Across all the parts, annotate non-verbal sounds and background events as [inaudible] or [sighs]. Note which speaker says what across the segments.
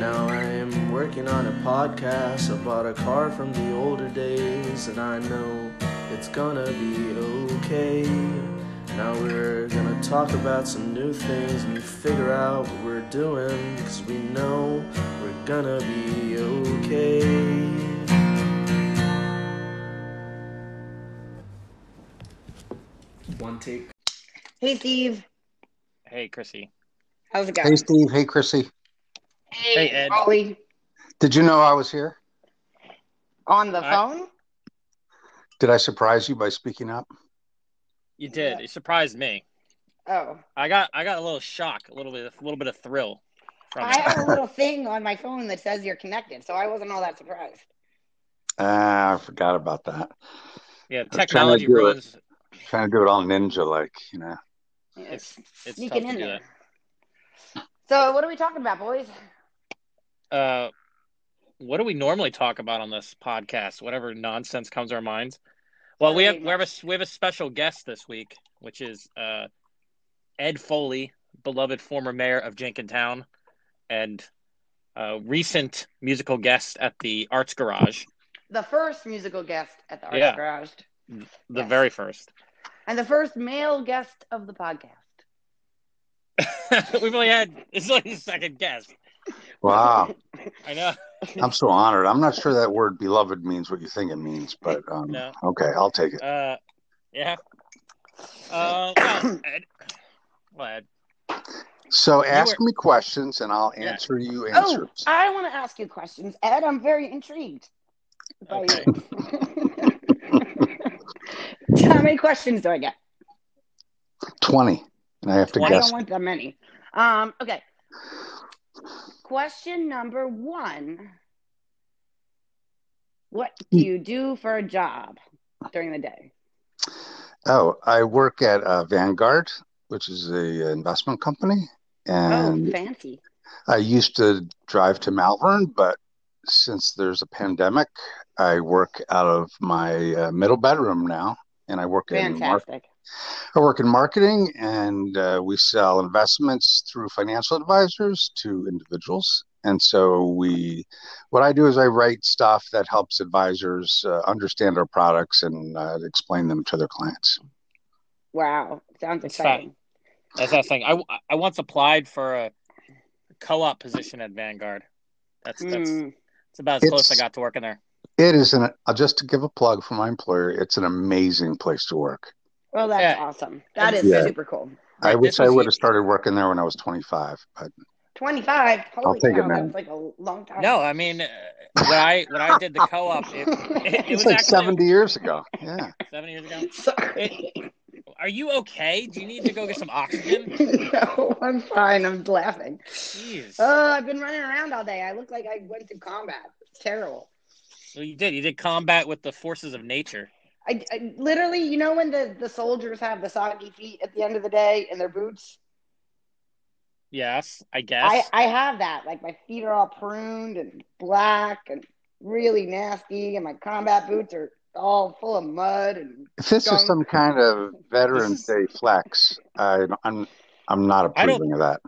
Speaker 1: Now I am working on a podcast. I bought a car from the older days, and I know it's gonna be okay. Now we're gonna talk about some new things and figure out what we're doing, cause we know we're gonna be okay. One take.
Speaker 2: Hey, Steve.
Speaker 3: Hey, Chrissy.
Speaker 2: How's it
Speaker 4: Hey,
Speaker 2: going?
Speaker 4: Steve. Hey, Chrissy.
Speaker 3: Hey, Ed.
Speaker 2: Ollie.
Speaker 4: Did you know I was here?
Speaker 2: On the
Speaker 3: I-
Speaker 2: phone?
Speaker 4: Did I surprise you by speaking up?
Speaker 3: You did.
Speaker 2: Yeah.
Speaker 3: It surprised me.
Speaker 2: Oh,
Speaker 3: I got I got a little shock, a little bit, a little bit of thrill from
Speaker 2: I
Speaker 3: it.
Speaker 2: have a little thing on my phone that says you're connected, so I wasn't all that surprised.
Speaker 4: Ah, I forgot about that.
Speaker 3: Yeah,
Speaker 4: trying to
Speaker 3: technology
Speaker 4: do it.
Speaker 3: ruins.
Speaker 4: Trying to do it all ninja like, you know.
Speaker 2: Yeah,
Speaker 3: It's it's tough
Speaker 2: sneaking
Speaker 3: to
Speaker 2: in
Speaker 3: do
Speaker 2: there. So, what are we talking about, boys?
Speaker 3: that. Uh, what do we normally talk about on this podcast? Whatever nonsense comes to our minds. Well, we have
Speaker 2: Right.
Speaker 3: we have a we have a special guest this week, which is uh, Ed Foley, beloved former mayor of Jenkintown, and uh, recent musical guest at the Arts Garage,
Speaker 2: The first musical guest at the Arts
Speaker 3: Yeah.
Speaker 2: Garage,
Speaker 3: the
Speaker 2: Yes.
Speaker 3: very first. [laughs]
Speaker 2: and the first male guest of the podcast.
Speaker 3: We've only had it's only the second guest.
Speaker 4: Wow.
Speaker 3: I know.
Speaker 4: I'm so honored. I'm not sure that word beloved means what you think it means, but um, [laughs]
Speaker 3: No.
Speaker 4: okay, I'll take it.
Speaker 3: Uh, yeah. [coughs] Uh, well, Ed. Well, Ed.
Speaker 4: So
Speaker 3: you
Speaker 4: ask me questions and I'll
Speaker 3: Yeah.
Speaker 4: answer you
Speaker 2: Oh,
Speaker 4: answers.
Speaker 2: [laughs] I want to ask you questions, Ed. I'm very intrigued. by
Speaker 3: Okay.
Speaker 2: [laughs] you. How many questions do I get?
Speaker 4: 20. And I have to
Speaker 3: Why
Speaker 2: I
Speaker 4: guess.
Speaker 2: don't want that many. Um, okay. Question number one What do you do for a job during the day?
Speaker 4: Oh, I work at uh, Vanguard, which is a uh, investment company. And
Speaker 2: oh, fancy.
Speaker 4: I used to drive to Malvern, but since there's a pandemic, I work out of my uh, middle bedroom now, and I work in mar-
Speaker 2: Fantastic.
Speaker 4: I work in marketing, and uh, we sell investments through financial advisors to individuals. And so we, what I do is I write stuff that helps advisors uh, understand our products and uh, explain them to their clients.
Speaker 2: Wow. Sounds
Speaker 3: It's
Speaker 2: exciting.
Speaker 3: That's what I was saying. I, I once applied for a co-op position at Vanguard. That's that's,
Speaker 2: Mm,
Speaker 3: that's about as close I
Speaker 4: Hmm. It's-
Speaker 3: got to working there.
Speaker 4: It is an uh, just to give a plug for my employer. It's an amazing place to work.
Speaker 2: Well, that's
Speaker 3: Yeah.
Speaker 2: awesome. That is
Speaker 4: Yeah.
Speaker 2: super cool.
Speaker 4: I
Speaker 3: Right,
Speaker 4: wish
Speaker 3: this
Speaker 4: I
Speaker 3: was-
Speaker 4: would have started working there when I was 25, but
Speaker 2: 25. Holy
Speaker 4: take it,
Speaker 2: cow,
Speaker 4: man.
Speaker 2: That's like a long time.
Speaker 3: No, I mean uh, when I when I did the co-op, it, it, it
Speaker 4: it's
Speaker 3: was
Speaker 4: like
Speaker 3: actually
Speaker 4: 70 years ago. Yeah.
Speaker 3: seven years ago.
Speaker 2: Sorry.
Speaker 3: Are you okay? Do you need to go get some oxygen?
Speaker 2: no, I'm fine. I'm laughing.
Speaker 3: Jeez.
Speaker 4: Uh,
Speaker 2: Oh, I've been running around all day. I look like I went through combat. It's terrible.
Speaker 3: well, you did. You did combat with the forces of nature.
Speaker 2: I, I literally, you know, when the, the soldiers have the soggy feet at the end of the day in their boots,
Speaker 3: Yes, I guess.
Speaker 2: I, I have that. Like my feet are all pruned and black and really nasty, and my combat boots are all full of mud. And
Speaker 4: If this
Speaker 2: Gone.
Speaker 4: is some kind of Veterans
Speaker 3: This
Speaker 4: Day flex, I, I'm I'm not
Speaker 3: I don't-
Speaker 4: approving of that.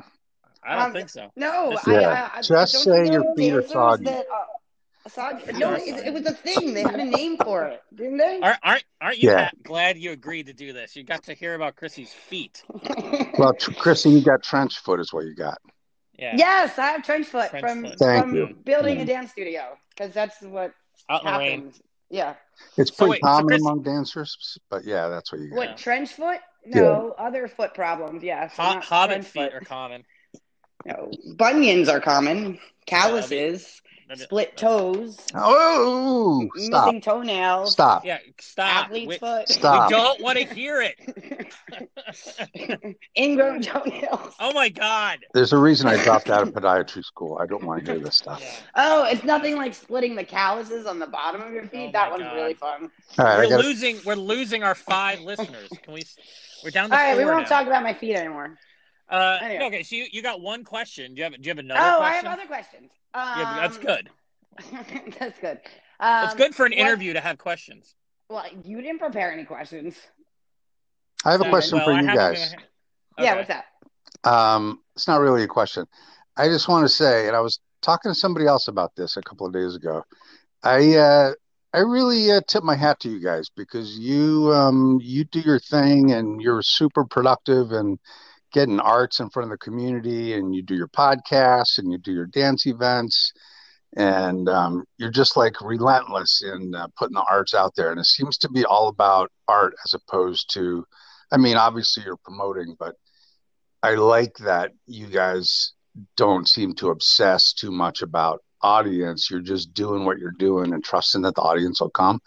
Speaker 3: I don't
Speaker 2: Um,
Speaker 3: think so.
Speaker 2: no,
Speaker 3: Just-
Speaker 2: I,
Speaker 4: Yeah,
Speaker 2: I, I
Speaker 4: just
Speaker 2: don't you
Speaker 4: say your
Speaker 2: know the
Speaker 4: feet are
Speaker 2: answers
Speaker 4: soggy.
Speaker 2: That, uh, soggy.
Speaker 3: Feet
Speaker 2: No,
Speaker 3: are
Speaker 2: it,
Speaker 3: soggy.
Speaker 2: it was a thing. They had a name for it, didn't they?
Speaker 3: Aren't aren't, aren't you
Speaker 4: Yeah.
Speaker 3: ha- glad you agreed to do this? You got to hear about Chrissy's feet.
Speaker 2: [laughs]
Speaker 4: Well, tr- Chrissy, you got trench foot, is what you got.
Speaker 3: Yeah,
Speaker 2: Yes, I have trench foot
Speaker 3: Trench
Speaker 2: from,
Speaker 3: foot. Mm-hmm.
Speaker 4: Thank
Speaker 2: from
Speaker 4: you.
Speaker 2: building a
Speaker 4: Mhm.
Speaker 2: dance studio because that's what
Speaker 3: out in the rain.
Speaker 2: happens. Yeah.
Speaker 4: It's
Speaker 3: So Oh,
Speaker 4: pretty
Speaker 3: wait, so
Speaker 4: common
Speaker 3: Chris-
Speaker 4: among dancers, but yeah, that's what you got.
Speaker 2: What
Speaker 3: Yeah.
Speaker 2: trench foot? No, other foot problems. Yes.
Speaker 3: Ho-
Speaker 2: not
Speaker 3: hobbit
Speaker 2: trench
Speaker 3: feet
Speaker 2: foot.
Speaker 3: are common.
Speaker 2: No, bunions are common. Calluses. split toes,
Speaker 4: Oh, stop.
Speaker 2: missing toenails,
Speaker 4: Stop.
Speaker 3: Yeah, stop.
Speaker 2: athlete's
Speaker 3: We,
Speaker 2: foot,
Speaker 3: we
Speaker 4: Stop.
Speaker 3: don't want to hear it.
Speaker 2: [laughs] ingrown toenails.
Speaker 3: [laughs] Oh my god.
Speaker 4: There's a reason I dropped
Speaker 3: [laughs]
Speaker 4: out of podiatry school. I don't want to hear this stuff.
Speaker 3: Yeah.
Speaker 2: Oh, it's nothing like splitting the calluses on the bottom of your feet.
Speaker 3: Oh
Speaker 2: that
Speaker 3: my
Speaker 2: one's
Speaker 3: God.
Speaker 2: really fun.
Speaker 4: All right, I
Speaker 3: we're
Speaker 4: got
Speaker 3: losing. We're losing our five listeners. Can we? We're down
Speaker 2: All
Speaker 3: to
Speaker 2: right, we
Speaker 3: four
Speaker 2: won't
Speaker 3: now.
Speaker 2: talk about my feet anymore.
Speaker 3: Uh,
Speaker 2: Anyway.
Speaker 3: no, Okay, so you, you got one question. Do you have Do you have another?
Speaker 2: oh, I
Speaker 3: question?
Speaker 2: have other questions. Um,
Speaker 3: Yeah, that's good.
Speaker 2: good. [laughs] that's good. Um,
Speaker 3: It's good for an
Speaker 2: what-
Speaker 3: interview to have questions.
Speaker 2: Well, you didn't prepare any questions.
Speaker 4: I have a
Speaker 2: No,
Speaker 4: question
Speaker 3: Well,
Speaker 4: for
Speaker 3: I
Speaker 4: you
Speaker 3: have them in
Speaker 4: guys.
Speaker 3: my hand.
Speaker 2: Yeah,
Speaker 3: Okay.
Speaker 2: what's up?
Speaker 4: Um, it's not really a question. I just want to say, and I was talking to somebody else about this a couple of days ago. I uh, I really uh, tip my hat to you guys because you um, you do your thing and you're super productive and getting arts in front of the community and you do your podcasts and you do your dance events and um, you're just like relentless in uh, putting the arts out there. And it seems to be all about art as opposed to, I mean, obviously you're promoting, but I like that you guys don't seem to obsess too much about audience. You're just doing what you're doing and trusting that the audience will come.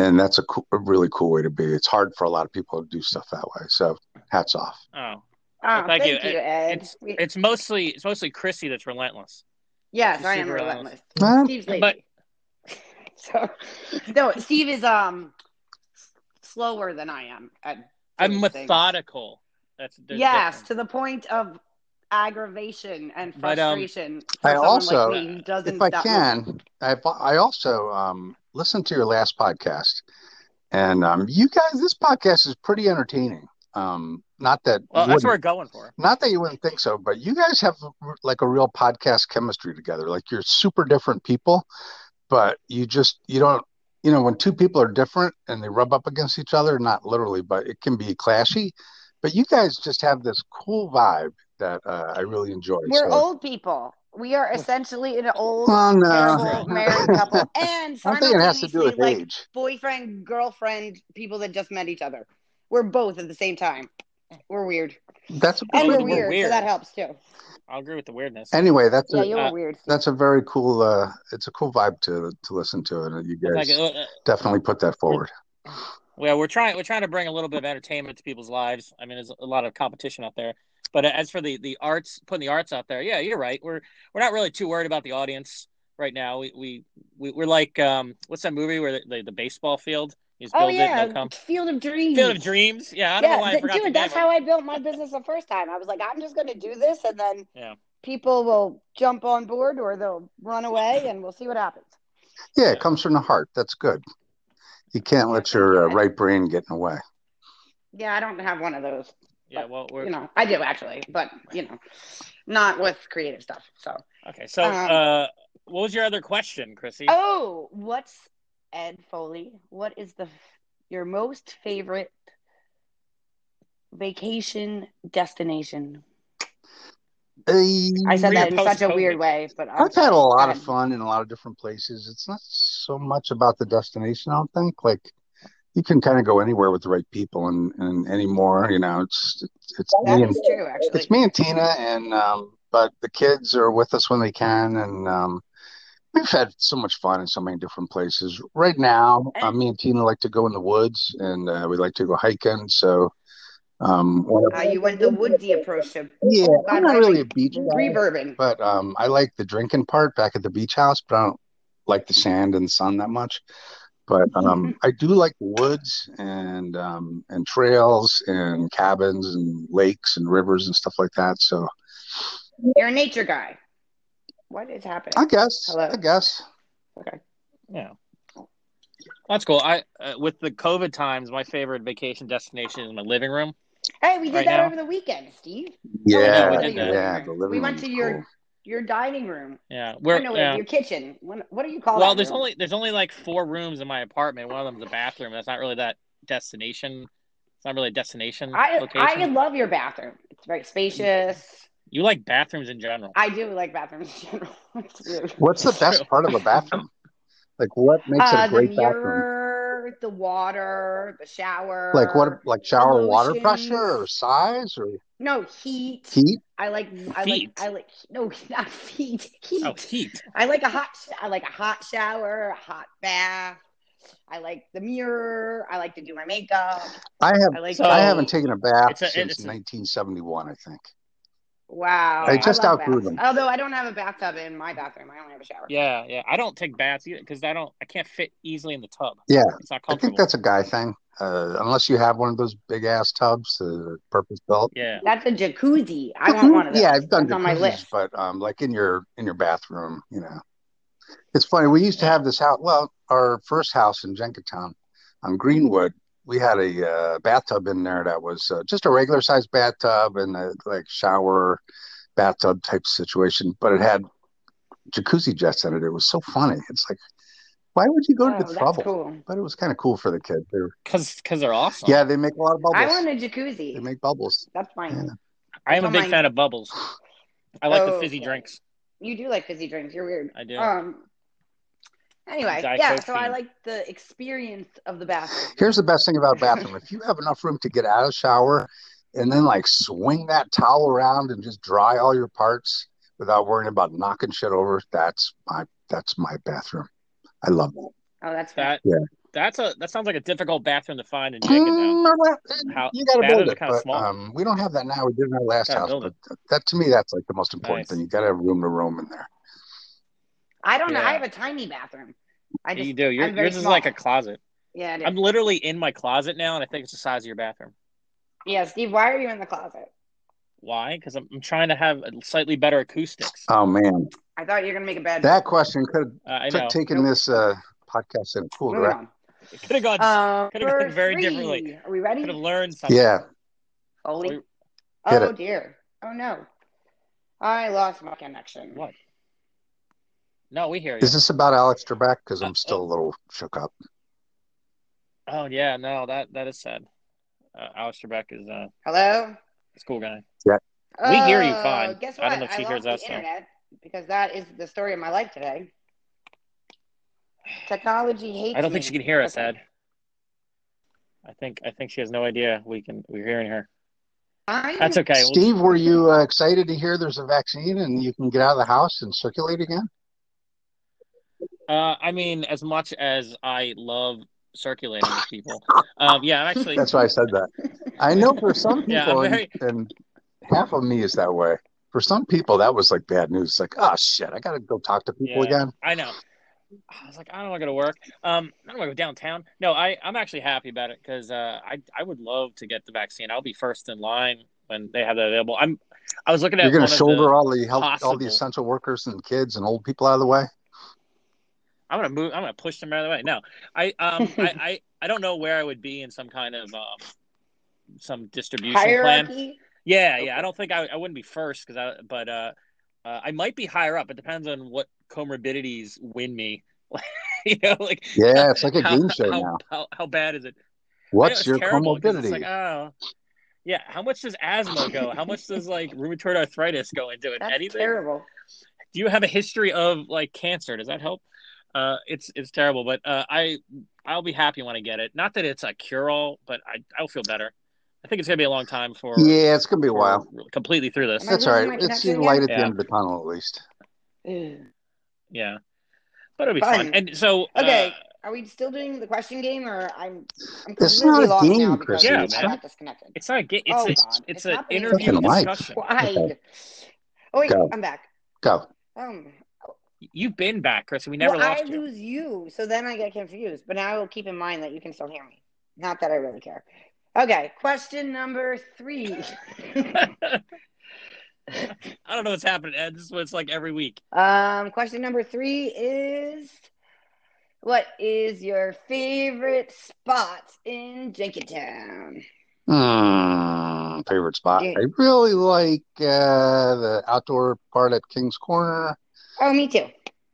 Speaker 4: And that's a, coo- a really cool way to be. It's hard for a lot of people to do stuff that way. So hats off.
Speaker 3: Oh,
Speaker 2: Oh, thank,
Speaker 3: thank you.
Speaker 2: you,
Speaker 3: It-
Speaker 2: Ed.
Speaker 3: it's-
Speaker 2: We-
Speaker 3: it's mostly it's mostly Chrissy that's relentless.
Speaker 2: yes,
Speaker 3: she's
Speaker 2: I am
Speaker 3: super
Speaker 2: relentless.
Speaker 4: Huh?
Speaker 2: Steve's lady.
Speaker 3: But-
Speaker 2: [laughs] so, no, Steve is um slower than I am. At
Speaker 3: I'm
Speaker 2: doing things.
Speaker 3: methodical. That's there's a
Speaker 2: yes,
Speaker 3: difference.
Speaker 2: to the point of aggravation and
Speaker 3: But, um,
Speaker 2: frustration for
Speaker 4: I
Speaker 2: someone
Speaker 4: also-
Speaker 2: like me who doesn't.
Speaker 4: if I
Speaker 2: that
Speaker 4: can, I, I also um, listened to your last podcast, and um, you guys, this podcast is pretty entertaining. Um, not that
Speaker 3: Well,
Speaker 4: you
Speaker 3: that's what we're
Speaker 4: wouldn't-
Speaker 3: going for.
Speaker 4: not that you wouldn't think so, but you guys have like a real podcast chemistry together. Like you're super different people, but you just you don't you know when two people are different and they rub up against each other, not literally, but it can be clashy. But you guys just have this cool vibe that uh, I really enjoy.
Speaker 2: We're
Speaker 4: so-
Speaker 2: old people. We are essentially an old,
Speaker 4: Well, no. [laughs]
Speaker 2: terrible married couple, and
Speaker 4: I don't think it has
Speaker 2: simultaneously,
Speaker 4: to do with
Speaker 2: like
Speaker 4: age.
Speaker 2: boyfriend, girlfriend, people that just met each other. We're both at the same time. We're weird,
Speaker 4: That's a good
Speaker 2: and
Speaker 4: way
Speaker 2: we're
Speaker 4: to
Speaker 2: weird,
Speaker 4: live.
Speaker 2: so
Speaker 3: Weird.
Speaker 2: that helps too.
Speaker 3: I'll agree with the weirdness.
Speaker 4: Anyway, that's
Speaker 2: Yeah,
Speaker 4: a
Speaker 2: you
Speaker 3: Uh,
Speaker 2: were weird. Steve.
Speaker 4: that's a very cool. Uh, it's a cool vibe to to listen to, and you
Speaker 3: It's
Speaker 4: guys
Speaker 3: like, uh,
Speaker 4: definitely put that forward.
Speaker 3: Well, we're trying we're trying to bring a little bit of entertainment to people's lives. I mean, there's a lot of competition out there. But as for the the arts, putting the arts out there, yeah, you're right. We're we're not really too worried about the audience right now. We we, we we're like um, what's that movie where the, the, the baseball field is
Speaker 2: Oh
Speaker 3: build
Speaker 2: yeah,
Speaker 3: it, no come.
Speaker 2: Field of Dreams.
Speaker 3: Field of Dreams. Yeah, I don't
Speaker 2: yeah,
Speaker 3: know why I
Speaker 2: th-
Speaker 3: forgot the
Speaker 2: dude, that's
Speaker 3: name
Speaker 2: how
Speaker 3: of it.
Speaker 2: I built my business the first time. I was like, I'm just going to do this, and then
Speaker 3: Yeah.
Speaker 2: people will jump on board or they'll run away, and we'll see what happens.
Speaker 4: Yeah, it comes from the heart. That's good. You can't let your uh, right brain get in the way.
Speaker 2: Yeah, I don't have one of those.
Speaker 3: Yeah, well, we're
Speaker 2: You know, I do actually, but you know, not with creative stuff. So,
Speaker 3: okay. So,
Speaker 2: Um,
Speaker 3: uh, what was your other question, Chrissy?
Speaker 2: oh, what's Ed Foley? What is the your most favorite vacation destination? I said
Speaker 4: Uh,
Speaker 2: that in such a
Speaker 3: Pre-post-COVID.
Speaker 2: weird way, but I'm
Speaker 4: I've had a lot of
Speaker 2: Ed.
Speaker 4: fun in a lot of different places. It's not so much about the destination, I don't think. Like you can kind of go anywhere with the right people, and and anymore, you know, it's it's me
Speaker 2: That
Speaker 4: and
Speaker 2: is true, actually.
Speaker 4: It's me and Tina, and um, but the kids are with us when they can, and um, we've had so much fun in so many different places. Right now, uh, me and Tina like to go in the woods, and uh, we like to go hiking. So, um, whenever-
Speaker 2: Uh, you went the Oh, woodsy approach to
Speaker 4: yeah,
Speaker 2: by
Speaker 4: I'm
Speaker 2: the
Speaker 4: not
Speaker 2: way,
Speaker 4: really
Speaker 2: my
Speaker 4: a beach guy,
Speaker 2: pre-bourbon.
Speaker 4: but um, I like the drinking part back at the beach house, but I don't like the sand and sun that much. But
Speaker 2: Mm-hmm.
Speaker 4: um, I do like the woods and um, and trails and cabins and lakes and rivers and stuff like that. So.
Speaker 2: You're a nature guy. What is happening?
Speaker 4: I guess.
Speaker 2: Hello.
Speaker 4: I guess.
Speaker 3: Yeah. That's cool. I uh, with the COVID times, my favorite vacation destination is my living room.
Speaker 2: Hey, we did
Speaker 3: Right
Speaker 2: that
Speaker 3: now?
Speaker 2: over the weekend, Steve.
Speaker 4: Yeah,
Speaker 3: we
Speaker 4: yeah.
Speaker 3: did that.
Speaker 4: the living
Speaker 2: We went
Speaker 4: room's
Speaker 2: to your-
Speaker 4: cool.
Speaker 2: Your dining room.
Speaker 3: Yeah,
Speaker 2: Or
Speaker 3: we're
Speaker 2: no, wait,
Speaker 3: yeah.
Speaker 2: your kitchen. What, what do you call
Speaker 3: well,
Speaker 2: Oh, that?
Speaker 3: there's
Speaker 2: room?
Speaker 3: only there's only like four rooms in my apartment. One of them's a bathroom. That's not really that destination. It's not really a destination
Speaker 2: I
Speaker 3: location.
Speaker 2: I love your bathroom. It's very spacious.
Speaker 3: you like bathrooms in general.
Speaker 2: I do like bathrooms in general. [laughs] It's weird.
Speaker 4: [laughs]
Speaker 2: [laughs]
Speaker 4: What's the best part of a bathroom? Like, what makes
Speaker 2: uh,
Speaker 4: it a great
Speaker 2: the
Speaker 4: bathroom?
Speaker 2: mirror, comfort, the water, the shower.
Speaker 4: Like what? Like shower water
Speaker 2: Emotions.
Speaker 4: pressure or size or
Speaker 2: No heat.
Speaker 4: heat?
Speaker 2: I like. I
Speaker 3: Feet.
Speaker 2: like. I like. No, [laughs] not feet. Heat.
Speaker 3: Oh, heat.
Speaker 2: I like a hot. sh- I like a hot shower, a hot bath. I like the mirror. I like to do my makeup.
Speaker 4: I have.
Speaker 2: I like.
Speaker 3: So-
Speaker 4: I haven't taken a bath
Speaker 3: It's a-
Speaker 4: since
Speaker 3: it's a-
Speaker 4: 1971. I think.
Speaker 2: wow.
Speaker 3: I
Speaker 4: just
Speaker 2: love
Speaker 4: outgrew
Speaker 2: baths.
Speaker 4: them.
Speaker 2: Although I don't have a bathtub in my bathroom. I only have a shower.
Speaker 3: Yeah, yeah. I don't take baths either because I don't. I can't fit easily in the tub.
Speaker 4: Yeah,
Speaker 3: It's not
Speaker 4: I think
Speaker 3: comfortable.
Speaker 4: that's a guy thing. Uh, unless you have one of those big ass tubs, uh, purpose built.
Speaker 3: yeah.
Speaker 2: That's a jacuzzi. I want one of those.
Speaker 4: Yeah, I've done
Speaker 2: That's on my
Speaker 4: jacuzzis,
Speaker 2: list.
Speaker 4: but um, like in your in your bathroom, you know. It's funny. We used to have this house. Well, our first house in Jenkintown, on Greenwood, we had a uh, bathtub in there that was uh, just a regular sized bathtub and a like shower bathtub type situation, but it had jacuzzi jets in it. It was so funny. It's like, why would you go
Speaker 2: Oh,
Speaker 4: to the
Speaker 2: that's
Speaker 4: trouble?
Speaker 2: cool.
Speaker 4: But it was kind of cool for the kid. They were,
Speaker 3: Because they're awesome.
Speaker 4: yeah, they make a lot of bubbles.
Speaker 2: I want a
Speaker 4: They
Speaker 2: jacuzzi.
Speaker 4: make bubbles.
Speaker 2: That's fine.
Speaker 4: Yeah.
Speaker 3: I am a
Speaker 2: Oh
Speaker 3: big
Speaker 2: my-
Speaker 3: fan of bubbles. I like the
Speaker 2: Oh,
Speaker 3: fizzy
Speaker 2: okay.
Speaker 3: drinks.
Speaker 2: You do like fizzy drinks. You're weird.
Speaker 3: I do.
Speaker 2: Um. Anyway,
Speaker 3: Diet
Speaker 2: yeah.
Speaker 3: Coke
Speaker 2: So I
Speaker 3: fiend.
Speaker 2: like the experience of the bathroom.
Speaker 4: Here's the best thing about bathroom. If you have enough room to get out of the shower and then like swing that towel around and just dry all your parts without worrying about knocking shit over, that's my that's my bathroom. I love that.
Speaker 2: Oh, that's fine.
Speaker 3: That
Speaker 4: Yeah.
Speaker 3: that's a that sounds like a difficult bathroom to find in Jenkintown.
Speaker 4: Mm, or what?
Speaker 3: How-
Speaker 4: you gotta
Speaker 3: bathrooms
Speaker 4: build
Speaker 3: are
Speaker 4: it.
Speaker 3: kinda
Speaker 4: But,
Speaker 3: small.
Speaker 4: um, we don't have that now. We did in our last
Speaker 3: Gotta
Speaker 4: house,
Speaker 3: build
Speaker 4: but
Speaker 3: it.
Speaker 4: that to me that's like the most
Speaker 3: Nice.
Speaker 4: important thing. You gotta have room to roam in there.
Speaker 2: I don't know.
Speaker 3: Yeah.
Speaker 2: I have a tiny bathroom. I just
Speaker 3: you do. Your,
Speaker 2: I'm very
Speaker 3: yours is like a
Speaker 2: small.
Speaker 3: closet.
Speaker 2: yeah. It is.
Speaker 3: I'm literally in my closet now, and I think it's the size of your bathroom.
Speaker 2: Yeah, Steve. Why are you in the closet?
Speaker 3: Why? Because I'm, I'm trying to have a slightly better acoustics.
Speaker 4: Oh man.
Speaker 2: I thought you were gonna make a bed.
Speaker 4: That question could
Speaker 3: Uh, I
Speaker 4: have
Speaker 3: know.
Speaker 4: taken
Speaker 2: Nope.
Speaker 4: this uh, podcast in a cool
Speaker 2: Moving
Speaker 4: direction.
Speaker 2: on.
Speaker 3: It could have gone. [laughs]
Speaker 2: Um,
Speaker 3: Could've gone
Speaker 2: for
Speaker 3: very
Speaker 2: three.
Speaker 3: differently.
Speaker 2: Are we
Speaker 3: could
Speaker 2: ready?
Speaker 3: have learned something.
Speaker 4: Yeah.
Speaker 2: Holy.
Speaker 3: We-
Speaker 4: Hit
Speaker 2: Oh
Speaker 4: it.
Speaker 2: dear. Oh no. I lost my connection.
Speaker 3: What? No, we hear you.
Speaker 4: Is this about Alex Trebek? Because
Speaker 3: Uh,
Speaker 4: I'm still a little shook up.
Speaker 3: Oh yeah, no, that that is sad. Uh, Alex Trebek is uh,
Speaker 2: Hello.
Speaker 3: is a cool guy.
Speaker 2: Oh,
Speaker 3: We hear you fine.
Speaker 2: Guess what?
Speaker 3: I don't know if she
Speaker 2: lost
Speaker 3: hears
Speaker 2: the
Speaker 3: us, though.
Speaker 2: internet because that is the story of my life today. Technology hates.
Speaker 3: I don't think
Speaker 2: me.
Speaker 3: she can hear us,
Speaker 2: Listen,
Speaker 3: Ed. I think I think she has no idea we can we're hearing her.
Speaker 2: I'm-
Speaker 3: That's okay. We'll,
Speaker 4: Steve, were you uh, excited to hear there's a vaccine and you can get out of the house and circulate again?
Speaker 3: uh, I mean, as much as I love circulating with people, um, yeah, I'm actually.
Speaker 4: That's why I said that.
Speaker 3: [laughs]
Speaker 4: I know for some
Speaker 3: Yeah,
Speaker 4: people,
Speaker 3: I'm
Speaker 4: and-
Speaker 3: very-
Speaker 4: and, half of me is that way. For some people, that was like bad news. Like, oh shit, I got to go talk to people
Speaker 3: Yeah.
Speaker 4: again.
Speaker 3: I know. I was like, I don't want to go to work. Um, I don't want to go downtown. No, I I'm actually happy about it because uh, I I would love to get the vaccine. I'll be first in line when they have that available. I'm. I was looking at
Speaker 4: You're going
Speaker 3: one
Speaker 4: to
Speaker 3: of
Speaker 4: shoulder
Speaker 3: the-
Speaker 4: all the health, all
Speaker 3: possible-
Speaker 4: the essential workers and kids and old people out of the way.
Speaker 3: I'm gonna move. I'm gonna push them out of the way. No, I
Speaker 4: [laughs]
Speaker 3: um I, I I don't know where I would be in some kind of um some distribution plan.
Speaker 2: hierarchy.
Speaker 3: Yeah, yeah. I don't think I I wouldn't be first because I but uh, uh I might be higher up. It depends on what comorbidities win me. [laughs] you know, like
Speaker 4: Yeah, it's like a
Speaker 3: how,
Speaker 4: game show
Speaker 3: how,
Speaker 4: now.
Speaker 3: How, how bad is it? I know
Speaker 4: What's
Speaker 3: it's
Speaker 4: your
Speaker 3: terrible 'cause It's
Speaker 4: comorbidity?
Speaker 3: like oh. Yeah, how much does asthma go? How much does like rheumatoid arthritis go into it?
Speaker 2: That's
Speaker 3: Anything?
Speaker 2: terrible.
Speaker 3: do you have a history of like cancer does that help uh it's it's terrible but uh i i'll be happy when i get it not that it's a cure-all but i i'll feel better i think it's gonna be a long time for
Speaker 4: yeah, it's going to be a
Speaker 3: for
Speaker 4: while.
Speaker 3: completely through this
Speaker 2: Am I
Speaker 4: That's all
Speaker 2: losing my
Speaker 4: right. It's
Speaker 2: connection again?
Speaker 4: light at the
Speaker 3: Yeah.
Speaker 4: end of the tunnel, at least.
Speaker 2: Ugh.
Speaker 3: yeah but it'll be fun,
Speaker 2: Fun.
Speaker 3: and so
Speaker 2: Okay.
Speaker 3: uh,
Speaker 2: Are we still doing the question game, or I'm I'm
Speaker 4: It's
Speaker 2: completely
Speaker 4: not a
Speaker 2: lost
Speaker 4: game,
Speaker 2: now because
Speaker 4: Chrissy.
Speaker 3: Yeah,
Speaker 2: I
Speaker 3: man.
Speaker 2: got disconnected.
Speaker 3: it's not a ga- it's
Speaker 2: Oh,
Speaker 3: a,
Speaker 2: God.
Speaker 3: it's
Speaker 2: It's
Speaker 3: an
Speaker 2: not the
Speaker 3: interview
Speaker 4: Fucking life.
Speaker 3: discussion
Speaker 2: Why? Oh wait,
Speaker 4: Go.
Speaker 2: I'm back.
Speaker 4: Go.
Speaker 2: Um,
Speaker 3: you've been back chris we never
Speaker 2: well,
Speaker 3: lost
Speaker 2: I
Speaker 3: you
Speaker 2: lose you, so then I get confused. But now I will keep in mind that you can still hear me. Not that I really care. Okay, question number three.
Speaker 3: [laughs] i don't know what's happening ed this is what it's like every week
Speaker 2: um, question number three is what is your favorite spot in Jenkintown?
Speaker 4: Hmm, favorite spot.
Speaker 2: Yeah.
Speaker 4: I really like uh, the outdoor part at King's Corner.
Speaker 2: Oh, me too.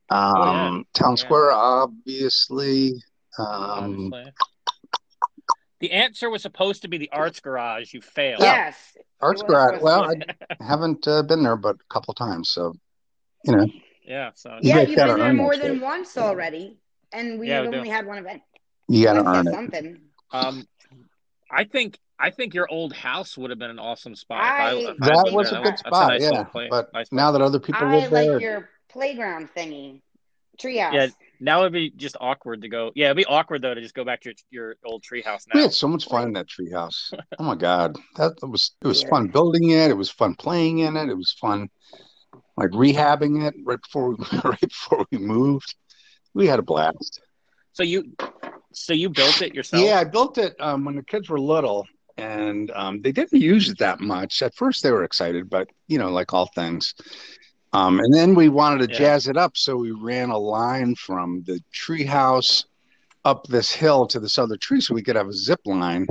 Speaker 4: Um,
Speaker 3: Oh, yeah.
Speaker 4: Town
Speaker 3: Yeah.
Speaker 4: Square, obviously. Um,
Speaker 3: obviously the answer was supposed to be the arts garage you failed
Speaker 2: Yes.
Speaker 4: Arts
Speaker 2: It was
Speaker 4: Garage.
Speaker 2: supposed
Speaker 4: Well,
Speaker 2: to
Speaker 4: I haven't uh, been there but a couple times, so you know.
Speaker 3: [laughs] yeah so
Speaker 4: You
Speaker 2: yeah,
Speaker 4: guys
Speaker 2: you've
Speaker 4: gotta
Speaker 2: been there
Speaker 4: earn that
Speaker 2: more than
Speaker 4: shit.
Speaker 2: once already, and we
Speaker 3: Yeah,
Speaker 2: have
Speaker 3: we do.
Speaker 2: only had one event.
Speaker 4: You got to
Speaker 2: Must have
Speaker 4: earn it.
Speaker 2: something.
Speaker 3: Um, I think I think your old house would have been an awesome spot. if
Speaker 2: I-
Speaker 3: if
Speaker 2: That
Speaker 3: lived
Speaker 2: was
Speaker 3: there.
Speaker 2: a
Speaker 3: That-
Speaker 2: good
Speaker 3: that's a
Speaker 4: spot,
Speaker 3: nice
Speaker 4: yeah,
Speaker 3: little place.
Speaker 4: but
Speaker 3: nice
Speaker 4: Now
Speaker 3: place.
Speaker 4: that other people
Speaker 2: I
Speaker 4: live there,
Speaker 2: like your playground thingy, treehouse.
Speaker 3: Yeah. now it'd be just awkward to go. Yeah, it'd be awkward though to just go back to your, your old treehouse
Speaker 4: we
Speaker 3: now.
Speaker 4: had so much fun in that treehouse. Oh my god, that was it was
Speaker 2: Yeah.
Speaker 4: fun building it. It was fun playing in it. It was fun like rehabbing it right before we, [laughs] right before we moved. We had a blast.
Speaker 3: So you, so you built it yourself?
Speaker 4: Yeah, I built it um, when the kids were little, and um, they didn't use it that much. At first, they were excited, but you know, like all things. Um, and then we wanted to
Speaker 3: Yeah.
Speaker 4: jazz it up, so we ran a line from the treehouse up this hill to this other tree, so we could have a zip line.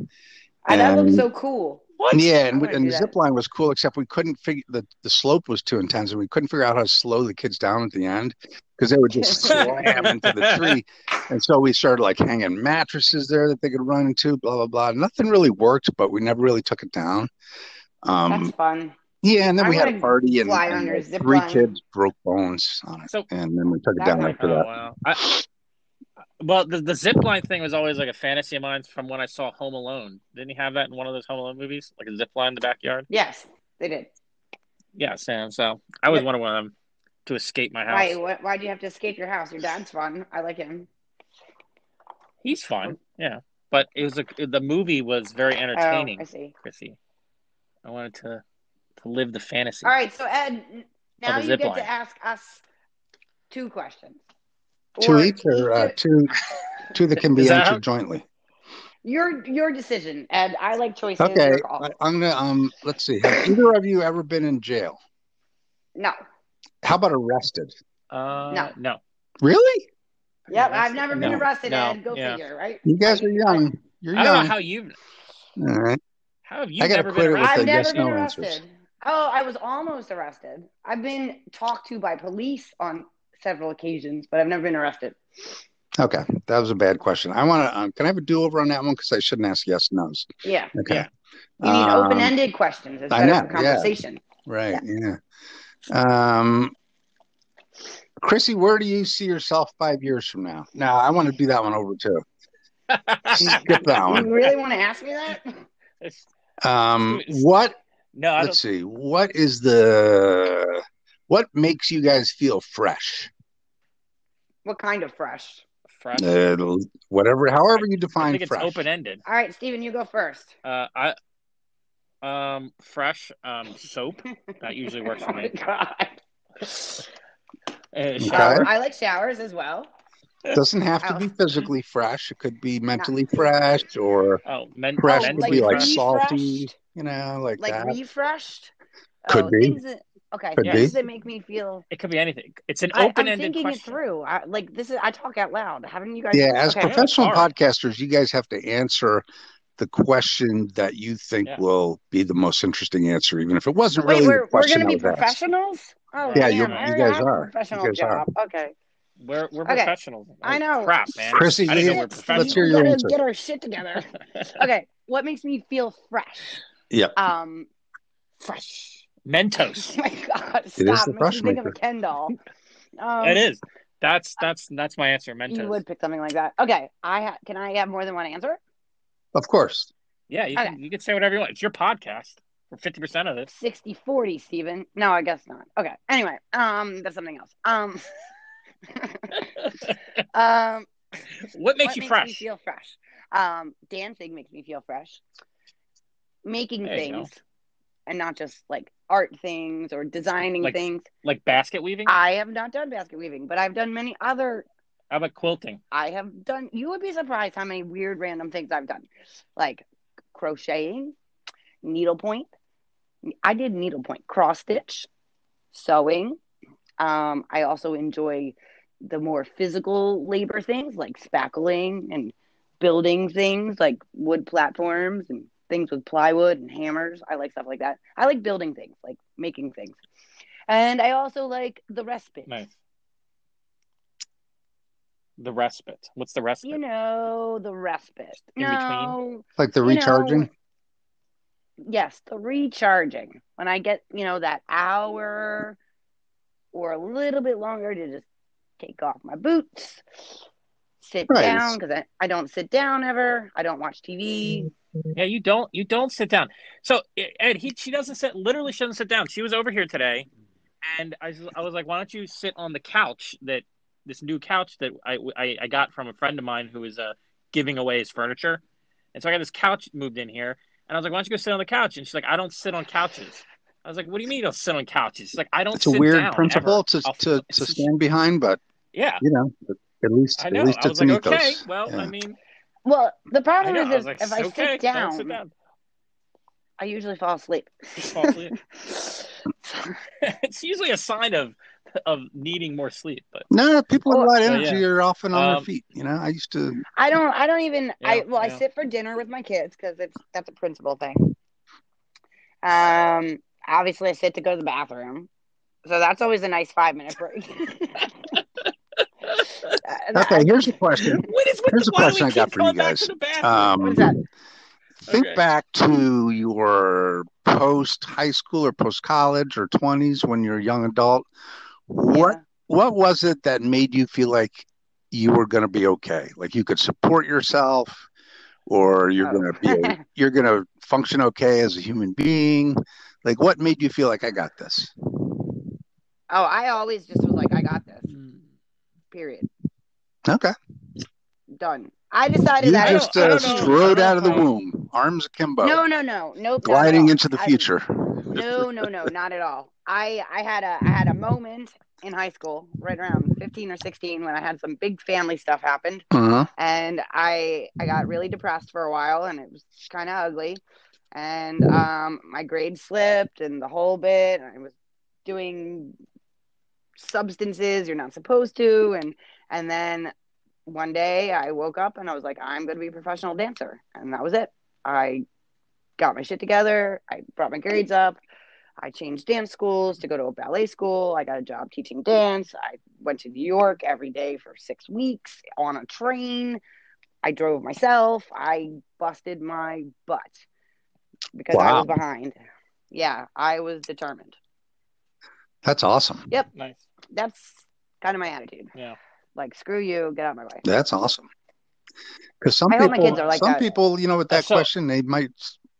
Speaker 2: Ah, that
Speaker 4: And-
Speaker 2: looks so cool.
Speaker 3: What?
Speaker 2: I
Speaker 4: Yeah, and, we,
Speaker 2: wanna
Speaker 4: and
Speaker 2: do
Speaker 4: the
Speaker 2: that.
Speaker 4: zip line was cool, except we couldn't figure the, the slope was too intense, and we couldn't figure out how to slow the kids down at the end because they
Speaker 2: [laughs]
Speaker 4: would just slam into the tree. And so we started like hanging mattresses there that they could run into, blah blah blah. Nothing really worked, but we never really took it down.
Speaker 2: That's
Speaker 4: Um,
Speaker 2: fun.
Speaker 4: yeah, and then
Speaker 2: I
Speaker 4: we had a
Speaker 2: wanna
Speaker 4: party, and,
Speaker 2: fly
Speaker 4: and,
Speaker 2: under a
Speaker 4: like,
Speaker 2: zip
Speaker 4: three
Speaker 2: line.
Speaker 4: kids broke bones on it,
Speaker 3: So-
Speaker 4: and then we took it
Speaker 2: That
Speaker 4: down
Speaker 2: one-
Speaker 4: after
Speaker 3: Oh
Speaker 4: that.
Speaker 3: wow. I, well, the the zip line thing was always like a fantasy of mine from when I saw Home Alone. Didn't he have that in one of those Home Alone movies, like a zip line in the backyard?
Speaker 2: Yes, they did.
Speaker 3: Yeah, Sam. So I always
Speaker 2: Yeah.
Speaker 3: wanted one of them to escape my house.
Speaker 2: Why? Why? Why'd you have to escape your house? Your dad's fun. I like him.
Speaker 3: He's fun. Yeah, but it was a, the movie was very
Speaker 2: Oh,
Speaker 3: entertaining.
Speaker 2: I see.
Speaker 3: Chrissy. I wanted to to live the fantasy.
Speaker 2: All right, so Ed, n- now
Speaker 3: Of a
Speaker 2: you
Speaker 3: zip
Speaker 2: get
Speaker 3: line.
Speaker 2: to ask us two questions.
Speaker 4: Two
Speaker 2: Or
Speaker 4: each, or uh,
Speaker 2: each- [laughs]
Speaker 4: two two that can be
Speaker 3: Is that
Speaker 4: answered
Speaker 3: how-
Speaker 4: jointly.
Speaker 2: your your decision, Ed. I like choices.
Speaker 4: Okay,
Speaker 2: Your call.
Speaker 4: I, I'm gonna um. Let's see. Have either of you ever been in jail?
Speaker 2: No.
Speaker 4: How about arrested?
Speaker 3: Uh, no. no.
Speaker 4: Really?
Speaker 2: Yep,
Speaker 3: that's-
Speaker 2: I've never been
Speaker 4: no,
Speaker 2: arrested,
Speaker 3: no,
Speaker 2: Ed. Go
Speaker 3: yeah.
Speaker 2: figure, right?
Speaker 4: You guys
Speaker 2: Right?
Speaker 4: are young. You're
Speaker 3: I don't
Speaker 4: young.
Speaker 3: know how you
Speaker 4: All right.
Speaker 3: how have you
Speaker 4: I gotta
Speaker 3: never
Speaker 4: quit
Speaker 3: been
Speaker 4: it with
Speaker 3: arrested?
Speaker 2: I've
Speaker 4: the
Speaker 2: never
Speaker 4: yes,
Speaker 2: been
Speaker 4: no
Speaker 2: arrested.
Speaker 4: answers.
Speaker 2: Oh, I was almost arrested. I've been talked to by police on several occasions, but I've never been arrested.
Speaker 4: Okay, that was a bad question. I want to. Um, can I have a do over on that one? Because I shouldn't ask yes, no's.
Speaker 2: Yeah.
Speaker 4: Okay.
Speaker 3: Yeah.
Speaker 2: You need
Speaker 4: Um,
Speaker 2: open ended questions. It's
Speaker 4: I
Speaker 2: better
Speaker 4: know,
Speaker 2: for
Speaker 4: yeah. [laughs]
Speaker 2: conversation.
Speaker 4: Right. Yeah. Um, Chrissy, where do you see yourself five years from now? Now I want to do that one over too. Skip that one.
Speaker 3: [laughs]
Speaker 2: You really want to ask me that?
Speaker 4: Um, what?
Speaker 3: no, I
Speaker 4: Let's
Speaker 3: don't.
Speaker 4: see. What is the? What makes you guys feel fresh?
Speaker 2: What kind of fresh?
Speaker 3: Fresh.
Speaker 4: Uh, whatever, however you
Speaker 3: I
Speaker 4: define
Speaker 3: think it's
Speaker 4: fresh.
Speaker 3: open ended.
Speaker 2: All right, Steven, you go first. [laughs]
Speaker 3: Uh, I um fresh um soap that usually works for
Speaker 2: oh my [laughs]
Speaker 3: me.
Speaker 2: god. Shower.
Speaker 3: Uh, shower.
Speaker 2: I like showers as well.
Speaker 4: Doesn't have
Speaker 2: [laughs]
Speaker 4: to be
Speaker 2: Oh.
Speaker 4: physically fresh. It could be mentally fresh or
Speaker 3: Oh, men,
Speaker 4: fresh
Speaker 2: Oh,
Speaker 4: would
Speaker 3: mentally
Speaker 4: be like
Speaker 3: fresh.
Speaker 4: salty,
Speaker 2: refreshed?
Speaker 4: you know, like,
Speaker 2: Like
Speaker 4: that.
Speaker 2: refreshed?
Speaker 4: Could
Speaker 2: oh,
Speaker 4: be.
Speaker 2: things that okay,
Speaker 4: Could
Speaker 3: be.
Speaker 2: things that make me feel
Speaker 3: It could be anything. It's an
Speaker 2: I,
Speaker 3: open
Speaker 2: I'm
Speaker 3: ended
Speaker 2: thinking
Speaker 3: question.
Speaker 2: it through. I, like this is I talk out loud. Haven't you guys
Speaker 4: yeah, as
Speaker 2: okay.
Speaker 3: prof-
Speaker 4: professional
Speaker 3: sorry.
Speaker 4: podcasters, you guys have to answer the question that you think
Speaker 3: Yeah.
Speaker 4: will be the most interesting answer, even if it wasn't
Speaker 2: Wait,
Speaker 4: really
Speaker 2: we're
Speaker 4: the
Speaker 2: we're
Speaker 4: question
Speaker 2: gonna be
Speaker 4: that was asked.
Speaker 2: professionals? Oh
Speaker 3: Yeah,
Speaker 2: damn,
Speaker 3: you-
Speaker 2: I
Speaker 3: you
Speaker 2: already
Speaker 4: guys
Speaker 2: have
Speaker 4: are.
Speaker 2: a
Speaker 4: You
Speaker 2: professional
Speaker 4: guys are.
Speaker 2: job. Okay.
Speaker 3: We're we're
Speaker 2: Okay.
Speaker 3: professionals.
Speaker 2: I know.
Speaker 3: Crap, man.
Speaker 4: Chrissy,
Speaker 3: I didn't know
Speaker 2: Shit,
Speaker 3: we're
Speaker 2: Steve,
Speaker 4: Let's hear
Speaker 2: we
Speaker 3: professionals.
Speaker 4: your
Speaker 2: gotta
Speaker 4: answer.
Speaker 2: get our shit
Speaker 3: [laughs]
Speaker 2: together. okay, what makes me feel fresh?
Speaker 4: Yeah.
Speaker 2: Um, fresh. [laughs]
Speaker 3: Mentos.
Speaker 2: Oh my God,
Speaker 4: It is
Speaker 2: stop!
Speaker 4: the
Speaker 2: Makes
Speaker 4: fresh
Speaker 2: me think of a
Speaker 4: maker.
Speaker 2: Ken
Speaker 3: [laughs]
Speaker 2: doll. Um,
Speaker 3: it is. That's that's that's my answer. Mentos.
Speaker 2: You would pick something like that. Okay, I ha- can I have more than one answer?
Speaker 4: Of course.
Speaker 3: Yeah, you
Speaker 2: Okay.
Speaker 3: can you can say whatever you want. It's your podcast. For fifty percent of it.
Speaker 2: 60 40, Steven. No, I guess not. Okay. Anyway, um, that's something else.
Speaker 3: [laughs]
Speaker 2: Um, [laughs] um,
Speaker 3: What makes
Speaker 2: what
Speaker 3: you
Speaker 2: makes
Speaker 3: fresh?
Speaker 2: me feel fresh? Um, dancing makes me feel fresh. Making
Speaker 3: There you go.
Speaker 2: things and not just like art things or designing
Speaker 3: Like-
Speaker 2: things.
Speaker 3: Like basket weaving?
Speaker 2: I have not done basket weaving, but I've done many other.
Speaker 3: How about quilting?
Speaker 2: I have done. You would be surprised how many weird, random things I've done, like crocheting, needlepoint. I did needlepoint, cross stitch, sewing. Um, I also enjoy the more physical labor things like spackling and building things like wood platforms and things with plywood and hammers. I like stuff like that. I like building things, like making things. And I also like the respite.
Speaker 3: Nice. The respite. What's the respite?
Speaker 2: You know, the respite.
Speaker 3: In between?
Speaker 2: no,
Speaker 4: Like the
Speaker 2: You know,
Speaker 4: recharging.
Speaker 2: yes, the recharging. When I get, you know, that hour or a little bit longer to just take off my boots, sit
Speaker 4: Right,
Speaker 2: down
Speaker 4: it's-
Speaker 2: because I, I don't sit down ever. I don't watch TV.
Speaker 3: Yeah, you don't you don't sit down. So E, Ed, he she doesn't sit literally she doesn't sit down. She was over here today, and I was, I was like, why don't you sit on the couch that this new couch that I, I I got from a friend of mine who is uh giving away his furniture, and so I got this couch moved in here, and I was like, why don't you go sit on the couch? And she's like, I don't sit on couches. I was like, what do you mean you don't sit on couches? She's like, I don't.
Speaker 4: It's a
Speaker 3: sit
Speaker 4: weird
Speaker 3: down,
Speaker 4: principle
Speaker 3: ever.
Speaker 4: to,
Speaker 3: I'll- [laughs]
Speaker 4: to, to stand behind, but
Speaker 3: Yeah,
Speaker 4: you know, at least
Speaker 3: I know.
Speaker 4: at least
Speaker 3: I was
Speaker 4: it's an
Speaker 3: like,
Speaker 4: ethos.
Speaker 3: okay, well,
Speaker 4: Yeah.
Speaker 3: I mean,
Speaker 2: Well, the
Speaker 3: I,
Speaker 2: problem
Speaker 3: know.
Speaker 2: is
Speaker 3: I was
Speaker 2: if,
Speaker 3: like,
Speaker 2: if I
Speaker 3: okay,
Speaker 2: sit down,
Speaker 3: don't sit down.
Speaker 2: I usually fall asleep.
Speaker 3: Fall asleep. [laughs]
Speaker 2: [laughs]
Speaker 3: it's usually a sign of of needing more sleep. But
Speaker 4: No, no, people with
Speaker 2: Or-
Speaker 4: light
Speaker 3: So,
Speaker 4: energy
Speaker 3: yeah.
Speaker 4: are often on
Speaker 3: Um,
Speaker 4: their feet. You know, I used to.
Speaker 2: I don't. I don't even. I
Speaker 3: Yeah,
Speaker 2: well, I
Speaker 3: yeah.
Speaker 2: sit for dinner with my kids because it's that's a principal thing. Um, obviously, I sit to go to the bathroom, so that's always a nice five minute break. [laughs] And
Speaker 4: Okay,
Speaker 2: I-
Speaker 4: here's a question.
Speaker 3: [laughs] what is with
Speaker 4: Here's
Speaker 3: the,
Speaker 4: a
Speaker 3: why do
Speaker 4: question
Speaker 3: we
Speaker 4: I got
Speaker 3: keep
Speaker 4: for you
Speaker 3: going back
Speaker 4: guys.
Speaker 3: to the bathroom?
Speaker 2: What is
Speaker 4: Um,
Speaker 2: that?
Speaker 4: think
Speaker 3: Okay.
Speaker 4: back to your post high school or post college or 20s when you're a young adult. What
Speaker 2: Yeah.
Speaker 4: what was it that made you feel like you were going to be okay? Like you could support yourself or you're
Speaker 2: Oh. [laughs]
Speaker 4: going to be you're going to function okay as a human being? Like what made you feel like I got this?
Speaker 2: oh, I always just was like, I got this.
Speaker 4: Um,
Speaker 3: Hmm.
Speaker 2: Period.
Speaker 4: Okay.
Speaker 2: Done. I decided
Speaker 4: You
Speaker 2: that.
Speaker 3: don't-
Speaker 4: just
Speaker 3: I
Speaker 4: uh,
Speaker 3: don't know- I
Speaker 4: strode
Speaker 3: don't
Speaker 4: out of the
Speaker 3: know if I-
Speaker 4: womb, arms akimbo,
Speaker 2: no, no, no, nope. not at
Speaker 4: gliding
Speaker 2: all.
Speaker 4: into the
Speaker 2: I-
Speaker 4: future.
Speaker 2: No, no, no, not at all. I I had a I had a moment in high school, right around 15 or 16 when I had some big family stuff happened
Speaker 4: Uh-huh.
Speaker 2: and I I got really depressed for a while and it was kind of ugly and um my grades slipped and the whole bit and I was doing substances you're not supposed to and and then one day I woke up and I was like I'm going to be a professional dancer and that was it. I got my shit together. I brought my grades up. I changed dance schools to go to a ballet school. I got a job teaching dance. I went to New York every day for six weeks on a train. I drove myself. I busted my butt because I
Speaker 4: Wow.
Speaker 2: was behind. Yeah, I was determined.
Speaker 4: That's awesome.
Speaker 2: Yep.
Speaker 3: Nice.
Speaker 2: That's kind of my attitude.
Speaker 3: Yeah.
Speaker 2: Like, screw you, get out of my way.
Speaker 4: That's awesome. Because some
Speaker 2: I hope my
Speaker 4: people,
Speaker 2: kids are like
Speaker 4: some
Speaker 2: that.
Speaker 4: people, you know, with
Speaker 3: Uh,
Speaker 4: that
Speaker 3: so-
Speaker 4: question, they might,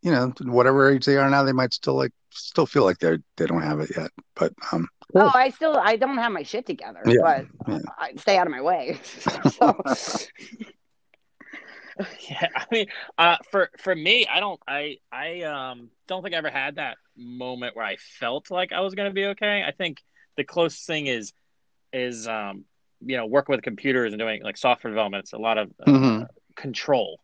Speaker 4: you know, whatever age they are now, they might still like, still feel like they're they don't have it yet. But um,
Speaker 2: Oh, I still I don't have my shit together,
Speaker 4: Yeah,
Speaker 2: but
Speaker 4: yeah.
Speaker 2: I, stay out of my way. [laughs]
Speaker 4: [laughs]
Speaker 2: so,
Speaker 3: [laughs] Yeah. I mean, uh, for for me, I don't I I um don't think I ever had that moment where I felt like I was gonna be okay. I think the closest thing is is um you know working with computers and doing like software development. It's a lot of uh,
Speaker 4: Mhm.
Speaker 3: control.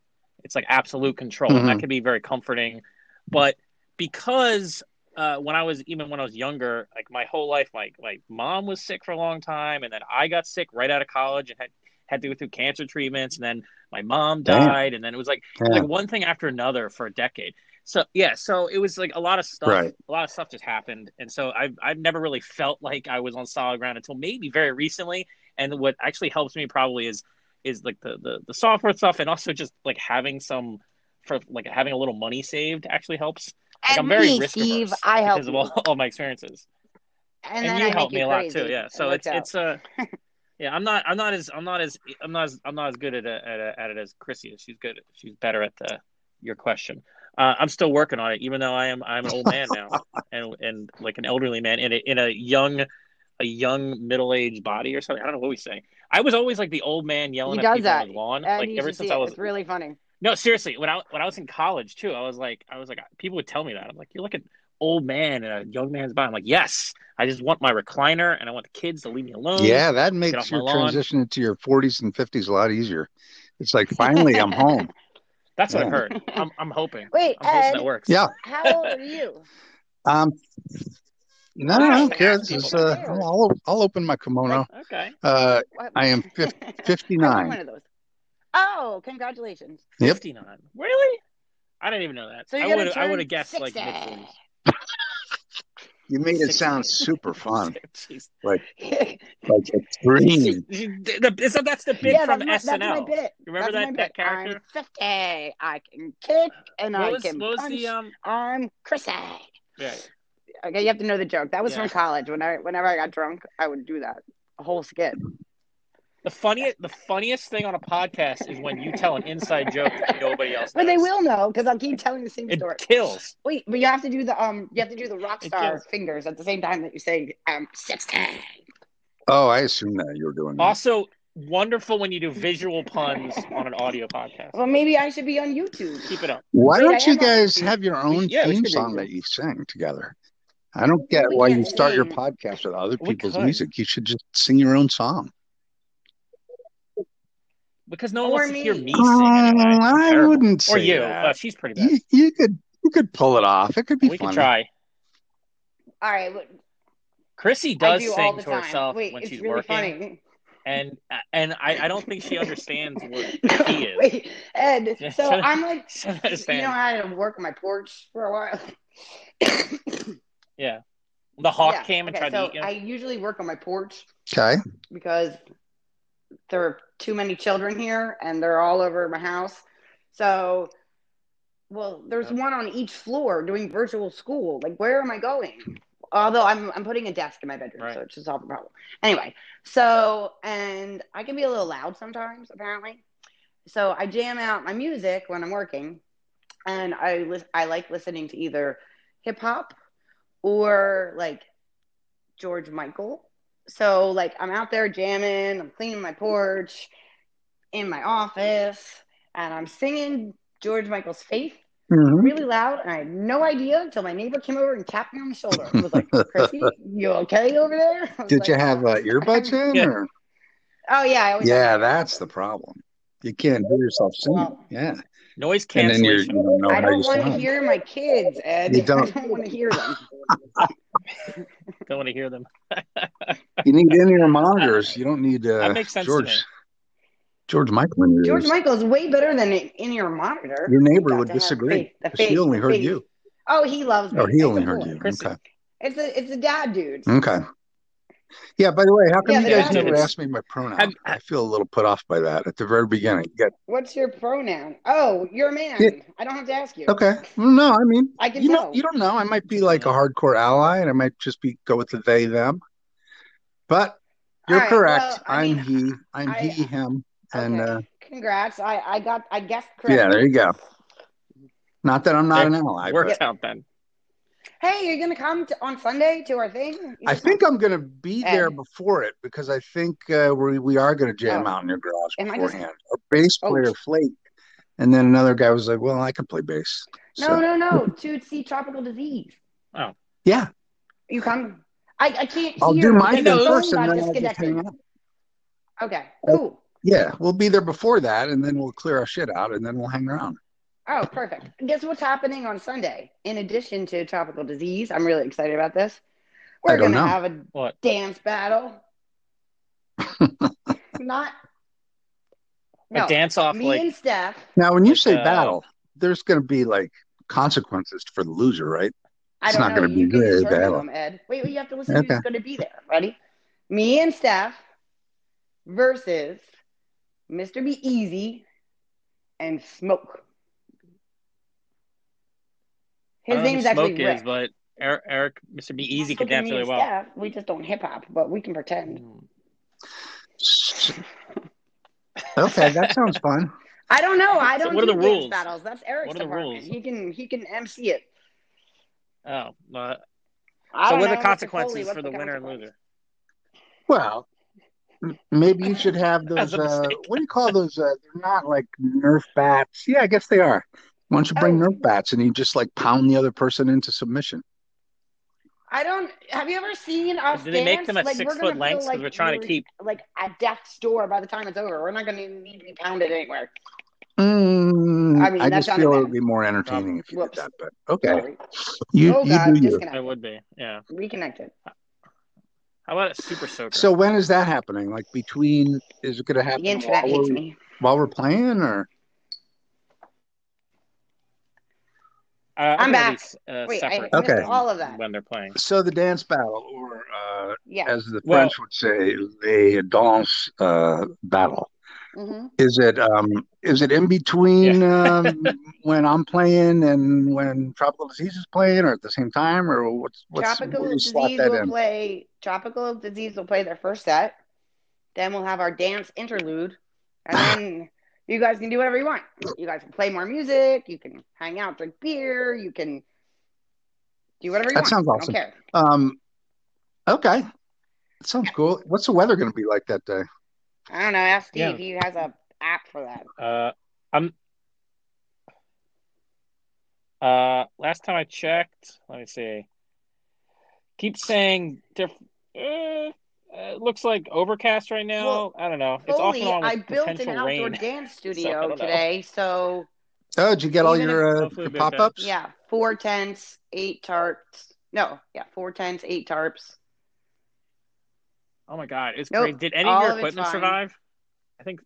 Speaker 3: It's like absolute control.
Speaker 4: Mhm.
Speaker 3: And that can be very comforting. But because uh, when I was even when I was younger, like my whole life, my my mom was sick for a long time, and then I got sick right out of college and had had to go through cancer treatments, and then my mom
Speaker 4: Damn.
Speaker 3: died, and then it was like
Speaker 4: yeah,
Speaker 3: like one thing after another for a decade. So yeah, so it was like a lot of stuff.
Speaker 4: Right.
Speaker 3: A lot of stuff just happened, and so I've I've never really felt like I was on solid ground until maybe very recently. And what actually helps me probably is is like the the, the software stuff, and also just like having some for like having a little money saved actually helps. Like, I'm
Speaker 2: and
Speaker 3: very
Speaker 2: me,
Speaker 3: risk
Speaker 2: Steve,
Speaker 3: averse
Speaker 2: I help
Speaker 3: because of all, all my experiences,
Speaker 2: and,
Speaker 3: and,
Speaker 2: then
Speaker 3: you
Speaker 2: I
Speaker 3: helped
Speaker 2: make
Speaker 3: me
Speaker 2: you
Speaker 3: a lot
Speaker 2: crazy.
Speaker 3: too. Yeah,
Speaker 2: It
Speaker 3: so
Speaker 2: works
Speaker 3: it's
Speaker 2: out. [laughs]
Speaker 3: it's a yeah. I'm not I'm not as I'm not as I'm not as I'm not as good at a, at, a, at it as Chrissy is. She's good. She's better at the your question. Uh, I'm still working on it, even though I am I'm an old man
Speaker 2: [laughs]
Speaker 3: now and and like an elderly man in a, in a young a young middle aged body or something. I don't know what we say. I was always like the old man yelling
Speaker 2: He
Speaker 3: at
Speaker 2: does
Speaker 3: people
Speaker 2: that,
Speaker 3: on the lawn.
Speaker 2: And
Speaker 3: like
Speaker 2: you
Speaker 3: ever
Speaker 2: should see
Speaker 3: since
Speaker 2: it.
Speaker 3: I was
Speaker 2: it's really funny.
Speaker 3: no, seriously, when I when I was in college too, I was like, I was like, people would tell me that. I'm like, you're like an old man in a young man's body. I'm like, yes, I just want my recliner and I want the kids to leave me alone.
Speaker 4: yeah, that
Speaker 3: off
Speaker 4: makes
Speaker 3: my
Speaker 4: your
Speaker 3: lawn.
Speaker 4: transition into your 40s and 50s a lot easier.
Speaker 2: [laughs]
Speaker 4: It's like finally I'm home.
Speaker 3: that's what I've
Speaker 4: Yeah.
Speaker 3: heard. I'm I'm hoping.
Speaker 2: Wait,
Speaker 3: I'm hoping
Speaker 2: Ed,
Speaker 3: that works.
Speaker 4: Yeah.
Speaker 2: [laughs] how old are you?
Speaker 4: Um, no,
Speaker 3: Wow,
Speaker 4: I
Speaker 2: Why?
Speaker 4: don't care.
Speaker 2: Ask
Speaker 4: This is
Speaker 2: people
Speaker 4: uh,
Speaker 2: that cares.
Speaker 4: I'll I'll open my kimono.
Speaker 3: Okay.
Speaker 4: Uh,
Speaker 2: What?
Speaker 4: I am
Speaker 2: [laughs]
Speaker 4: fif-
Speaker 2: I need
Speaker 4: 59.
Speaker 2: one of those. Oh, congratulations!
Speaker 4: Yep.
Speaker 3: Fifty nine. Really? I didn't even know that.
Speaker 2: So
Speaker 3: I
Speaker 2: you're
Speaker 3: would
Speaker 2: gonna
Speaker 3: have I
Speaker 2: turn
Speaker 3: would have guessed like
Speaker 2: 60.
Speaker 3: mid forties.
Speaker 4: You made it sound
Speaker 3: [laughs]
Speaker 4: super fun, like
Speaker 2: [laughs]
Speaker 4: like a dream.
Speaker 3: Is that that's the bit
Speaker 2: yeah,
Speaker 3: from
Speaker 2: that's my,
Speaker 3: SNL?
Speaker 2: that's my bit.
Speaker 3: Remember
Speaker 2: that's
Speaker 3: that,
Speaker 2: my
Speaker 3: that
Speaker 2: bit.
Speaker 3: character?
Speaker 2: I'm
Speaker 3: Uh,
Speaker 2: 50. I can kick and I
Speaker 3: what was
Speaker 2: can
Speaker 3: what was
Speaker 2: punch.
Speaker 3: the um?
Speaker 2: I'm Chrissy.
Speaker 3: Yeah,
Speaker 2: Okay, you have to know the joke. That was
Speaker 3: Yeah.
Speaker 2: from college. When I, whenever I got drunk, I would do that. A whole skit.
Speaker 3: The funniest, the funniest thing on a podcast is when you tell an inside joke that nobody else.
Speaker 2: But they
Speaker 3: knows.
Speaker 2: will know because I'll keep telling the same
Speaker 3: It
Speaker 2: story.
Speaker 3: kills.
Speaker 2: Wait, but you have to do the um, you have to do the rock
Speaker 3: It
Speaker 2: star
Speaker 3: does.
Speaker 2: fingers at the same time that you say um sixteen.
Speaker 4: Oh, I assume that you were doing that.
Speaker 3: Also, wonderful when you do visual puns on an audio podcast.
Speaker 2: Well, maybe I should be on YouTube.
Speaker 3: Keep it up.
Speaker 4: Why
Speaker 2: Wait, I
Speaker 4: don't you
Speaker 2: am on
Speaker 4: guys
Speaker 2: YouTube.
Speaker 4: have your own
Speaker 3: yeah, we should
Speaker 4: theme
Speaker 3: do
Speaker 4: song
Speaker 3: that.
Speaker 4: that you sing together? I don't get
Speaker 2: We
Speaker 4: why you
Speaker 2: can't
Speaker 4: start your
Speaker 2: sing.
Speaker 4: podcast with other
Speaker 3: We
Speaker 4: people's
Speaker 3: could.
Speaker 4: music. You should just sing your own song.
Speaker 3: Because no one
Speaker 2: Or
Speaker 3: wants to hear
Speaker 2: me.
Speaker 3: me sing anyway.
Speaker 4: Oh,
Speaker 3: I'm
Speaker 4: I
Speaker 3: terrible.
Speaker 4: wouldn't
Speaker 3: Or
Speaker 4: say
Speaker 3: you.
Speaker 4: that.
Speaker 3: Uh, she's pretty bad.
Speaker 4: You, you could you could pull it off. It could be
Speaker 3: we
Speaker 4: funny.
Speaker 3: could try.
Speaker 2: All right, what-
Speaker 3: Chrissy
Speaker 2: I
Speaker 3: does
Speaker 2: do all
Speaker 3: sing
Speaker 2: the
Speaker 3: to
Speaker 2: time.
Speaker 3: herself
Speaker 2: Wait,
Speaker 3: when
Speaker 2: it's
Speaker 3: she's
Speaker 2: really
Speaker 3: working,
Speaker 2: funny.
Speaker 3: and and I, I don't think she
Speaker 2: [laughs]
Speaker 3: understands what she is.
Speaker 2: Wait, Ed.
Speaker 3: [laughs] Just
Speaker 2: So
Speaker 3: shut-
Speaker 2: I'm like,
Speaker 3: [laughs] She [laughs] doesn't
Speaker 2: you
Speaker 3: understand.
Speaker 2: know, I had to work on my porch for a while.
Speaker 3: yeah, the hawk
Speaker 2: Yeah,
Speaker 3: came and
Speaker 2: okay,
Speaker 3: tried
Speaker 2: so
Speaker 3: to eat you.
Speaker 2: I usually work on my porch
Speaker 4: Okay.
Speaker 2: because there are too many children here and they're all over my house. So, well, there's
Speaker 3: Yep.
Speaker 2: one on each floor doing virtual school. Like, where am I going? Although I'm I'm putting a desk in my bedroom,
Speaker 3: Right.
Speaker 2: so it should solve the problem. Anyway, so and I can be a little loud sometimes, apparently. So I jam out my music when I'm working, and I lis- I like listening to either hip hop or like George Michael. So like I'm out there jamming, I'm cleaning my porch, in my office, and I'm singing George Michael's Faith
Speaker 4: Mhm.
Speaker 2: really loud, and I had no idea until my neighbor came over and tapped me on the shoulder. He was like,
Speaker 4: [laughs]
Speaker 2: "Chrissy, you okay over there?" I was
Speaker 4: Did
Speaker 2: like,
Speaker 4: you have uh, earbuds in?
Speaker 3: Yeah.
Speaker 4: Or?
Speaker 2: "Oh yeah, I always have
Speaker 4: Yeah,
Speaker 2: earbuds
Speaker 4: that's the
Speaker 2: in."
Speaker 4: problem. You can't hear yourself singing.
Speaker 2: Well-
Speaker 4: yeah,
Speaker 3: Noise
Speaker 4: and then you're, you
Speaker 3: cancellation.
Speaker 4: don't know
Speaker 2: I
Speaker 4: how you
Speaker 2: don't want to
Speaker 4: sound.
Speaker 2: hear my kids, Ed.
Speaker 4: You don't.
Speaker 2: [laughs] I don't want to hear
Speaker 4: [laughs]
Speaker 2: them.
Speaker 3: Don't want to hear them.
Speaker 4: You need in-ear monitors. You don't need uh,
Speaker 3: That makes sense to
Speaker 4: George
Speaker 3: me.
Speaker 4: George Michael in your
Speaker 2: George
Speaker 4: ears.
Speaker 2: Michael's way better than an in-ear monitor.
Speaker 4: Your
Speaker 2: You
Speaker 4: neighbor
Speaker 2: got
Speaker 4: would
Speaker 2: to have
Speaker 4: disagree,
Speaker 2: faith, the
Speaker 4: 'cause she
Speaker 2: faith,
Speaker 4: only
Speaker 2: the
Speaker 4: heard
Speaker 2: faith.
Speaker 4: you,
Speaker 2: Oh, he loves me.
Speaker 4: or he
Speaker 2: It's
Speaker 4: only
Speaker 2: a
Speaker 4: heard
Speaker 2: boy.
Speaker 4: you.
Speaker 3: Chrissy.
Speaker 4: Okay.
Speaker 2: It's a it's a dad dude.
Speaker 4: Okay. Yeah. By the way, how come
Speaker 2: Yeah,
Speaker 4: you
Speaker 2: the
Speaker 4: guys
Speaker 2: dad
Speaker 4: never
Speaker 2: dudes.
Speaker 4: asked me my pronoun?
Speaker 3: Have-
Speaker 4: I feel a little put off by that at the very beginning. You got-
Speaker 2: What's your pronoun? Oh, you're a man.
Speaker 4: Yeah.
Speaker 2: I don't have to ask you.
Speaker 4: okay. No, I mean,
Speaker 2: I can
Speaker 4: you know,
Speaker 2: tell.
Speaker 4: you don't know. I might be like a hardcore ally, and I might just be go with the they them. But
Speaker 2: All
Speaker 4: you're
Speaker 2: right,
Speaker 4: correct.
Speaker 2: well, I
Speaker 4: I'm
Speaker 2: mean,
Speaker 4: he. I'm
Speaker 2: I-
Speaker 4: he. Him. And
Speaker 2: okay.
Speaker 4: uh,
Speaker 2: Congrats. I I got I guessed
Speaker 4: yeah,
Speaker 2: correctly.
Speaker 4: there you go. Not that I'm not
Speaker 3: There-
Speaker 4: an ally, but
Speaker 3: Worked out then.
Speaker 2: Hey, you're gonna come to, on Sunday to our thing? You
Speaker 4: I
Speaker 2: should
Speaker 4: think
Speaker 2: come.
Speaker 4: I'm going to
Speaker 2: [laughs]
Speaker 4: be
Speaker 2: Ed.
Speaker 4: there before it because I think uh, we we are going to jam
Speaker 2: Oh.
Speaker 4: out in your garage
Speaker 2: Am I just-
Speaker 4: beforehand. Our bass
Speaker 2: Oh.
Speaker 4: player Flake, and then another guy was like, "Well, I can play bass."
Speaker 2: No,
Speaker 4: So
Speaker 2: no, no. To see tropical disease.
Speaker 4: yeah,
Speaker 2: You come. I I can't
Speaker 4: I'll
Speaker 2: hear
Speaker 4: do my
Speaker 2: because
Speaker 4: thing
Speaker 2: the
Speaker 3: No.
Speaker 2: phone
Speaker 4: first, and
Speaker 2: got
Speaker 4: then I'll just
Speaker 2: disconnected.
Speaker 4: hang out.
Speaker 2: Okay,
Speaker 4: Oh.
Speaker 2: cool.
Speaker 4: Yeah, we'll be there before that, and then we'll clear our shit out, and then we'll hang around.
Speaker 2: Oh, perfect. Guess what's happening on Sunday? In addition to tropical disease, I'm really excited about this. We're
Speaker 4: I don't
Speaker 2: gonna
Speaker 4: know.
Speaker 2: have a
Speaker 3: What?
Speaker 2: dance
Speaker 4: [laughs]
Speaker 2: battle. Not no.
Speaker 3: A dance off
Speaker 2: me
Speaker 3: like
Speaker 2: and Steph.
Speaker 4: Now, when you
Speaker 3: Like,
Speaker 4: say
Speaker 3: uh,
Speaker 4: battle, there's going to be like consequences for the loser,
Speaker 2: [laughs]
Speaker 4: right?
Speaker 2: I
Speaker 4: It's
Speaker 2: don't
Speaker 4: not
Speaker 2: know.
Speaker 4: going to be
Speaker 2: You can
Speaker 4: really
Speaker 2: determine
Speaker 4: battle.
Speaker 2: them, Ed. Wait, wait, you have to listen to who's
Speaker 4: Okay.
Speaker 2: going to be there. Ready? Me and Steph versus Mr. Be Easy and Smoke. His
Speaker 3: I don't know
Speaker 2: name's
Speaker 3: who Smoke
Speaker 2: actually Rick.
Speaker 3: is, but Eric, Eric Mr. Be Easy can
Speaker 2: Smoke and
Speaker 3: dance
Speaker 2: me
Speaker 3: really
Speaker 2: and
Speaker 3: well.
Speaker 2: Steph, we just don't hip hop, but we can pretend.
Speaker 4: Okay, that sounds fun.
Speaker 2: I don't know. I
Speaker 3: So
Speaker 2: don't
Speaker 3: what are
Speaker 2: do
Speaker 3: the
Speaker 2: dance
Speaker 3: rules?
Speaker 2: battles. That's Eric's
Speaker 3: What are the
Speaker 2: department.
Speaker 3: rules?
Speaker 2: He can he can MC it.
Speaker 3: Oh, uh,
Speaker 2: I don't
Speaker 3: so what are
Speaker 2: know,
Speaker 3: the
Speaker 2: Mr. Foley,
Speaker 3: consequences
Speaker 2: what's
Speaker 3: for the, winner and
Speaker 2: consequence?
Speaker 3: loser?
Speaker 4: Well, m- maybe you
Speaker 2: [laughs]
Speaker 4: should have
Speaker 3: That's
Speaker 4: those.
Speaker 3: a
Speaker 4: Uh,
Speaker 3: mistake.
Speaker 4: what do you call those? Uh, they're not like Nerf bats. Yeah, I guess they are. Why don't you bring
Speaker 2: Oh.
Speaker 4: Nerf bats and you just like pound the other person into submission?
Speaker 2: I don't. Have you ever seen us
Speaker 3: Do they make
Speaker 2: dance?
Speaker 3: them at
Speaker 2: like
Speaker 3: six
Speaker 2: we're gonna
Speaker 3: foot
Speaker 2: feel
Speaker 3: lengths?
Speaker 2: like
Speaker 3: Because we're trying
Speaker 2: we're,
Speaker 3: to keep.
Speaker 2: like at death's door by the time it's over. We're not gonna need to be pounded anywhere.
Speaker 4: Mm,
Speaker 2: I mean,
Speaker 4: I
Speaker 2: that's
Speaker 4: just
Speaker 2: on
Speaker 4: feel
Speaker 2: them.
Speaker 4: it would be more entertaining if you did
Speaker 2: Whoops.
Speaker 4: that. But okay,
Speaker 2: Sorry.
Speaker 4: you
Speaker 2: Oh
Speaker 4: you
Speaker 2: God,
Speaker 4: do you.
Speaker 3: It
Speaker 2: disconnected.
Speaker 3: would be. Yeah.
Speaker 2: Reconnected.
Speaker 3: How about a super soaker? Uh,
Speaker 4: So when is that happening? Like between? Is it going to
Speaker 2: The
Speaker 4: happen
Speaker 2: internet
Speaker 4: while
Speaker 2: hates
Speaker 4: we're
Speaker 2: me.
Speaker 4: while we're playing, or
Speaker 3: uh, I
Speaker 2: I'm
Speaker 3: think it'll
Speaker 2: back.
Speaker 3: be, uh,
Speaker 2: Wait, I
Speaker 3: separate
Speaker 2: missed
Speaker 4: Okay.
Speaker 3: from
Speaker 2: all of that.
Speaker 3: when they're playing.
Speaker 4: so the dance battle, or uh,
Speaker 2: Yeah.
Speaker 4: as the
Speaker 3: Well-
Speaker 4: French would say, the danse uh, battle?
Speaker 2: hmm
Speaker 4: Is it um is it in between um when I'm playing and when Tropical Disease is playing or at the same time or what's what's
Speaker 2: Tropical
Speaker 4: we'll slot
Speaker 2: disease
Speaker 4: that
Speaker 2: will
Speaker 4: in?
Speaker 2: play. Tropical disease will play their first set, Then we'll have our dance interlude.
Speaker 4: [sighs]
Speaker 2: And then you guys can do whatever you want. You guys can play more music. You can hang out, drink beer. You can do whatever you
Speaker 4: That
Speaker 2: want.
Speaker 4: sounds
Speaker 2: I don't
Speaker 4: awesome.
Speaker 2: care.
Speaker 4: Um, okay. That sounds cool. What's the weather going to be like that day?
Speaker 2: I don't know. Ask Steve.
Speaker 3: Yeah.
Speaker 2: He has a app for that.
Speaker 3: Uh, I'm. Uh, last time I checked, let me see. Keep saying different. Uh, uh, looks like overcast right now.
Speaker 2: Well,
Speaker 3: I don't know. It's off
Speaker 2: Foley,
Speaker 3: and on with
Speaker 2: I built an
Speaker 3: potential
Speaker 2: outdoor
Speaker 3: rain. [laughs]
Speaker 2: dance
Speaker 3: I
Speaker 2: studio
Speaker 3: don't know.
Speaker 2: today. So
Speaker 4: Oh, did you get all
Speaker 2: Even
Speaker 4: your, uh,
Speaker 3: Hopefully
Speaker 4: your
Speaker 3: it'll be okay.
Speaker 4: pop ups?
Speaker 2: yeah, four tents, eight tarps. No, yeah, four tents, eight tarps.
Speaker 3: Oh my god, it's
Speaker 2: Nope,
Speaker 3: crazy. Did any of
Speaker 2: all
Speaker 3: your
Speaker 2: of it's
Speaker 3: equipment
Speaker 2: fine.
Speaker 3: survive? I think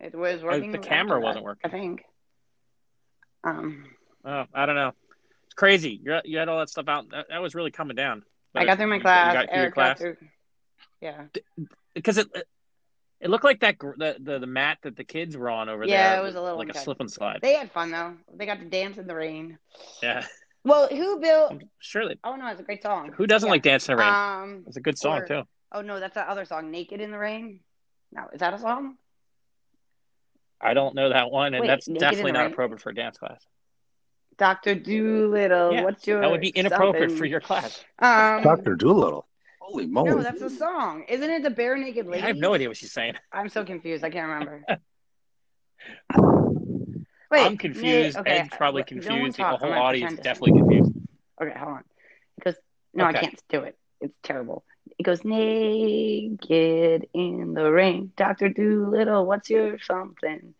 Speaker 2: It was
Speaker 3: uh,
Speaker 2: working.
Speaker 3: the
Speaker 2: after
Speaker 3: camera
Speaker 2: that,
Speaker 3: wasn't
Speaker 2: I
Speaker 3: working.
Speaker 2: think. Um,
Speaker 3: Oh, I don't know. It's crazy. You you had all that stuff out. That, that was really coming down.
Speaker 2: I got through my
Speaker 3: You- you
Speaker 2: class.
Speaker 3: got through your
Speaker 2: Eric got
Speaker 3: class?
Speaker 2: through. Yeah,
Speaker 3: because it it looked like that gr- the the, the mat that the kids were on over
Speaker 2: Yeah,
Speaker 3: there.
Speaker 2: it was a little
Speaker 3: like a
Speaker 2: intense.
Speaker 3: slip and slide.
Speaker 2: they had fun though. They got to dance in the rain.
Speaker 3: yeah,
Speaker 2: Well, who built?
Speaker 3: I'm sure that
Speaker 2: Oh no, it's a great song.
Speaker 3: Um, who doesn't
Speaker 2: Yeah.
Speaker 3: like dancing in the rain?
Speaker 2: Um.
Speaker 3: it's a good song
Speaker 2: or-
Speaker 3: too.
Speaker 2: Oh no, that's that other song, "Naked in the Rain." No, is that a song?
Speaker 3: I don't know that one, and
Speaker 2: Wait,
Speaker 3: that's
Speaker 2: Naked in
Speaker 3: definitely
Speaker 2: the
Speaker 3: not
Speaker 2: Rain?
Speaker 3: appropriate for a dance class.
Speaker 2: Doctor Doolittle.
Speaker 3: Yeah,
Speaker 2: what's your?
Speaker 3: That would be inappropriate
Speaker 2: something?
Speaker 3: for your class.
Speaker 2: Um,
Speaker 4: Dr. Doolittle. Holy moly.
Speaker 2: No, that's a song. Isn't it the bare naked lady?
Speaker 3: I have no idea what she's saying.
Speaker 2: I'm so confused. I can't remember. Wait,
Speaker 3: [laughs] I'm confused.
Speaker 2: Nate- okay,
Speaker 3: Ed's probably
Speaker 2: wait, no one
Speaker 3: confused.
Speaker 2: talk.
Speaker 3: the whole
Speaker 2: I'm gonna
Speaker 3: audience is
Speaker 2: pretend
Speaker 3: definitely confused.
Speaker 2: to- Okay, hold on. Because no,
Speaker 3: Okay.
Speaker 2: I can't do it. It's terrible. It goes naked in the rain. Doctor Doolittle, what's your something?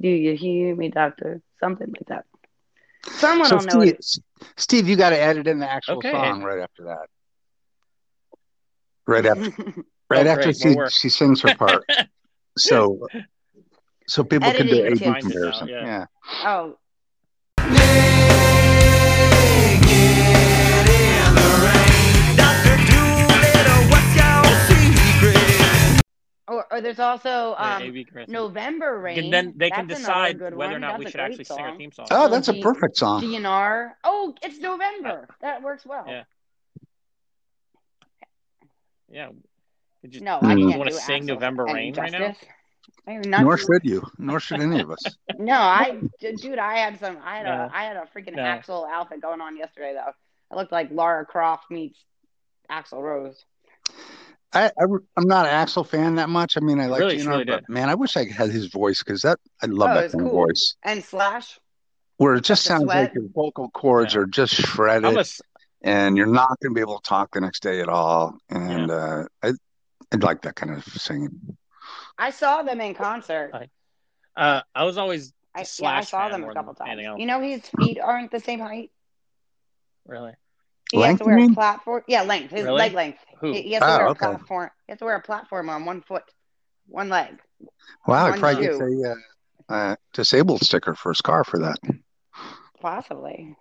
Speaker 2: Do you hear me, Doctor? Something like that. Someone
Speaker 4: so,
Speaker 2: will know
Speaker 4: Steve,
Speaker 2: it.
Speaker 4: Steve, you got to edit in the actual
Speaker 3: Okay.
Speaker 4: song right after that. Right after,
Speaker 2: [laughs]
Speaker 4: right
Speaker 3: Oh,
Speaker 4: after
Speaker 3: great.
Speaker 4: she,
Speaker 3: More work.
Speaker 4: she sings
Speaker 3: [laughs]
Speaker 4: her part. so, so people can do
Speaker 2: Editing
Speaker 4: a good
Speaker 3: tips.
Speaker 4: comparison.
Speaker 3: Yeah.
Speaker 4: yeah.
Speaker 2: oh, or, Oh, or there's also
Speaker 3: Yeah,
Speaker 2: um,
Speaker 3: AB Griffin.
Speaker 2: November rain.
Speaker 3: And then they can
Speaker 2: That's another
Speaker 3: decide
Speaker 2: good
Speaker 3: whether or
Speaker 2: one.
Speaker 3: not
Speaker 2: That's
Speaker 3: we
Speaker 2: a
Speaker 3: should
Speaker 2: great
Speaker 3: actually sing our
Speaker 2: song.
Speaker 3: theme song.
Speaker 4: Oh, that's a
Speaker 2: D-
Speaker 4: perfect song.
Speaker 2: DNR. Oh, it's November. That works well.
Speaker 3: Uh, Yeah. yeah. Did you-
Speaker 2: No, I
Speaker 4: Hmm.
Speaker 2: can't
Speaker 3: You wanna
Speaker 2: do
Speaker 3: sing
Speaker 2: Axel's
Speaker 3: November
Speaker 2: and
Speaker 3: Rain right now?
Speaker 2: Justice. I am not
Speaker 4: Nor
Speaker 2: doing-
Speaker 4: should you. Nor should any of us.
Speaker 2: No, I d- dude, I had some. I had
Speaker 3: No.
Speaker 2: a I had a freaking
Speaker 3: No.
Speaker 2: Axel outfit going on yesterday though. I looked like Lara Croft meets Axel Rose.
Speaker 4: I, I am not an Axel fan that much. I mean, I like
Speaker 3: Really,
Speaker 4: Gene,
Speaker 3: she really
Speaker 4: but man, I wish I had his voice because that I love
Speaker 2: Oh,
Speaker 4: that
Speaker 2: it's
Speaker 4: kind
Speaker 2: cool.
Speaker 4: of voice
Speaker 2: And Slash.
Speaker 4: where it just
Speaker 2: Like the
Speaker 4: sounds like
Speaker 2: sweat.
Speaker 4: your vocal cords
Speaker 3: Yeah.
Speaker 4: are just
Speaker 3: I'm
Speaker 4: shredded,
Speaker 3: a s-
Speaker 4: and you're not going to be able to talk the next day at all. And uh, I I like that kind of singing.
Speaker 2: I saw them in concert.
Speaker 3: I- uh, I was always
Speaker 2: I, yeah, I
Speaker 3: Slash
Speaker 2: saw
Speaker 3: fan
Speaker 2: them
Speaker 3: more
Speaker 2: a
Speaker 3: than
Speaker 2: couple times.
Speaker 3: anything else.
Speaker 2: You know, his feet aren't the same height.
Speaker 3: really
Speaker 2: He has
Speaker 4: Length,
Speaker 2: to
Speaker 4: you
Speaker 2: wear a
Speaker 4: mean?
Speaker 2: platform. Yeah, length. His
Speaker 3: Really?
Speaker 2: leg length.
Speaker 3: who
Speaker 2: He, he has to
Speaker 4: Oh,
Speaker 2: wear a
Speaker 4: okay.
Speaker 2: platform. He has to wear a platform on one foot, one leg.
Speaker 4: Wow, I
Speaker 2: One
Speaker 4: probably
Speaker 2: shoe.
Speaker 4: gets a uh, uh, disabled sticker for his car for that.
Speaker 2: Possibly.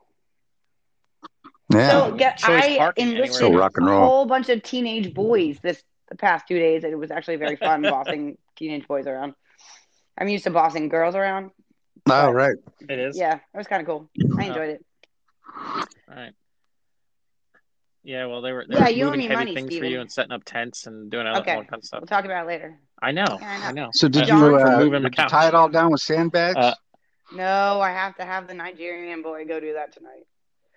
Speaker 4: Yeah,
Speaker 2: So get,
Speaker 3: Choice
Speaker 2: I
Speaker 3: parking anywhere
Speaker 4: so
Speaker 2: enlisted
Speaker 3: else.
Speaker 2: a
Speaker 4: rock and roll.
Speaker 2: whole bunch of teenage boys this the past two days, and it was actually very fun
Speaker 3: [laughs]
Speaker 2: bossing teenage boys around. I'm used to bossing girls around.
Speaker 4: Oh, right.
Speaker 3: it is.
Speaker 2: Yeah, it was kind of cool. I enjoyed it.
Speaker 3: All right. Yeah. Well, they were. They
Speaker 2: Yeah,
Speaker 3: were
Speaker 2: you owe
Speaker 3: moving
Speaker 2: me
Speaker 3: heavy
Speaker 2: money,
Speaker 3: things for
Speaker 2: Steven.
Speaker 3: you and setting up tents and doing all,
Speaker 2: Okay.
Speaker 3: all that kind of stuff.
Speaker 2: We'll talk about it later.
Speaker 3: I know.
Speaker 2: Yeah, I know.
Speaker 3: I know.
Speaker 4: So did
Speaker 3: Uh,
Speaker 2: John
Speaker 4: you
Speaker 2: from-
Speaker 4: uh,
Speaker 3: moving my
Speaker 4: did you
Speaker 3: couch?
Speaker 4: tie it all down with sandbags?
Speaker 3: Uh,
Speaker 2: No, I have to have the Nigerian boy go do that tonight.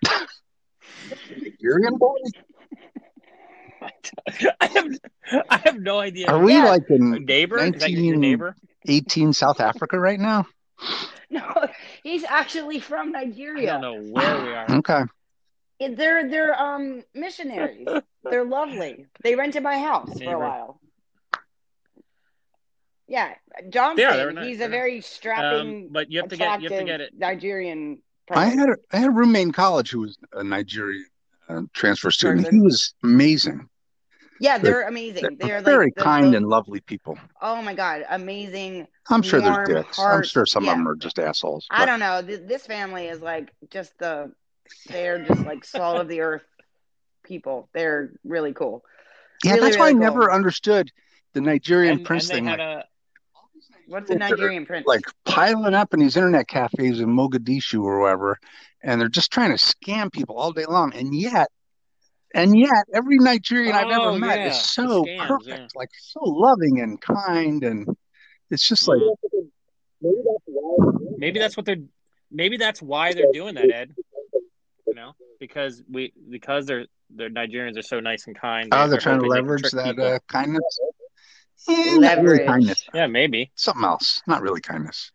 Speaker 2: [laughs]
Speaker 4: Nigerian boy?
Speaker 3: [laughs] I have. I have no idea.
Speaker 4: Are we
Speaker 2: Yeah.
Speaker 4: like
Speaker 3: Our
Speaker 4: in
Speaker 3: neighbor? Is that your, your
Speaker 4: 19
Speaker 3: neighbor?
Speaker 4: 18 South Africa right now?
Speaker 2: No, he's actually from
Speaker 3: I
Speaker 2: Nigeria.
Speaker 3: don't know where we
Speaker 4: [laughs]
Speaker 3: are.
Speaker 4: Okay.
Speaker 2: It- They're they're um missionaries. They're lovely. They rented my house for
Speaker 3: Neighbor.
Speaker 2: a while. Yeah, Johnson.
Speaker 3: Yeah, they're nice,
Speaker 2: he's
Speaker 3: they're
Speaker 2: a very
Speaker 3: Um,
Speaker 2: strapping,
Speaker 3: but you have to get. You have to
Speaker 2: attractive
Speaker 3: get it.
Speaker 2: Nigerian.
Speaker 4: I
Speaker 2: person.
Speaker 4: had a, I had a roommate in college who was a Nigerian uh, transfer student.
Speaker 2: Person.
Speaker 4: He was amazing.
Speaker 2: yeah,
Speaker 4: they're-
Speaker 2: they're amazing. They're,
Speaker 4: They're
Speaker 2: like
Speaker 4: very
Speaker 2: the-
Speaker 4: kind
Speaker 2: the-
Speaker 4: and lovely people.
Speaker 2: oh my god, amazing.
Speaker 4: I'm sure there's
Speaker 2: warm
Speaker 4: dicks. I'm
Speaker 2: heart-
Speaker 4: sure some
Speaker 2: yeah.
Speaker 4: of them are just assholes.
Speaker 2: I
Speaker 4: But
Speaker 2: don't know. Th- this family is like just the they're just like salt of the earth people. They're really cool.
Speaker 4: yeah,
Speaker 2: really,
Speaker 4: that's why
Speaker 2: really
Speaker 4: I never
Speaker 2: cool.
Speaker 4: understood the Nigerian
Speaker 3: And, and
Speaker 4: prince
Speaker 3: they
Speaker 4: thing.
Speaker 3: had
Speaker 4: like,
Speaker 3: a.
Speaker 2: What's a
Speaker 4: that are,
Speaker 2: Nigerian prince?
Speaker 4: like piling up in these internet cafes in Mogadishu or wherever, and they're just trying to scam people all day long. And yet, And yet, every Nigerian I've ever
Speaker 3: Oh,
Speaker 4: met
Speaker 3: yeah.
Speaker 4: is so
Speaker 3: Scams,
Speaker 4: perfect,
Speaker 3: yeah.
Speaker 4: like so loving and kind, and it's just like
Speaker 3: Maybe that's what they're. Maybe that's why they're doing that, Ed. You know, because we because they're the Nigerians are so nice and kind.
Speaker 4: oh, they're trying to
Speaker 3: hoping they can
Speaker 4: leverage
Speaker 3: trick
Speaker 4: that
Speaker 3: people.
Speaker 4: uh, kindness. Eh, not really
Speaker 2: Leverage.
Speaker 4: kindness,
Speaker 3: yeah, maybe.
Speaker 4: something else, not really kindness.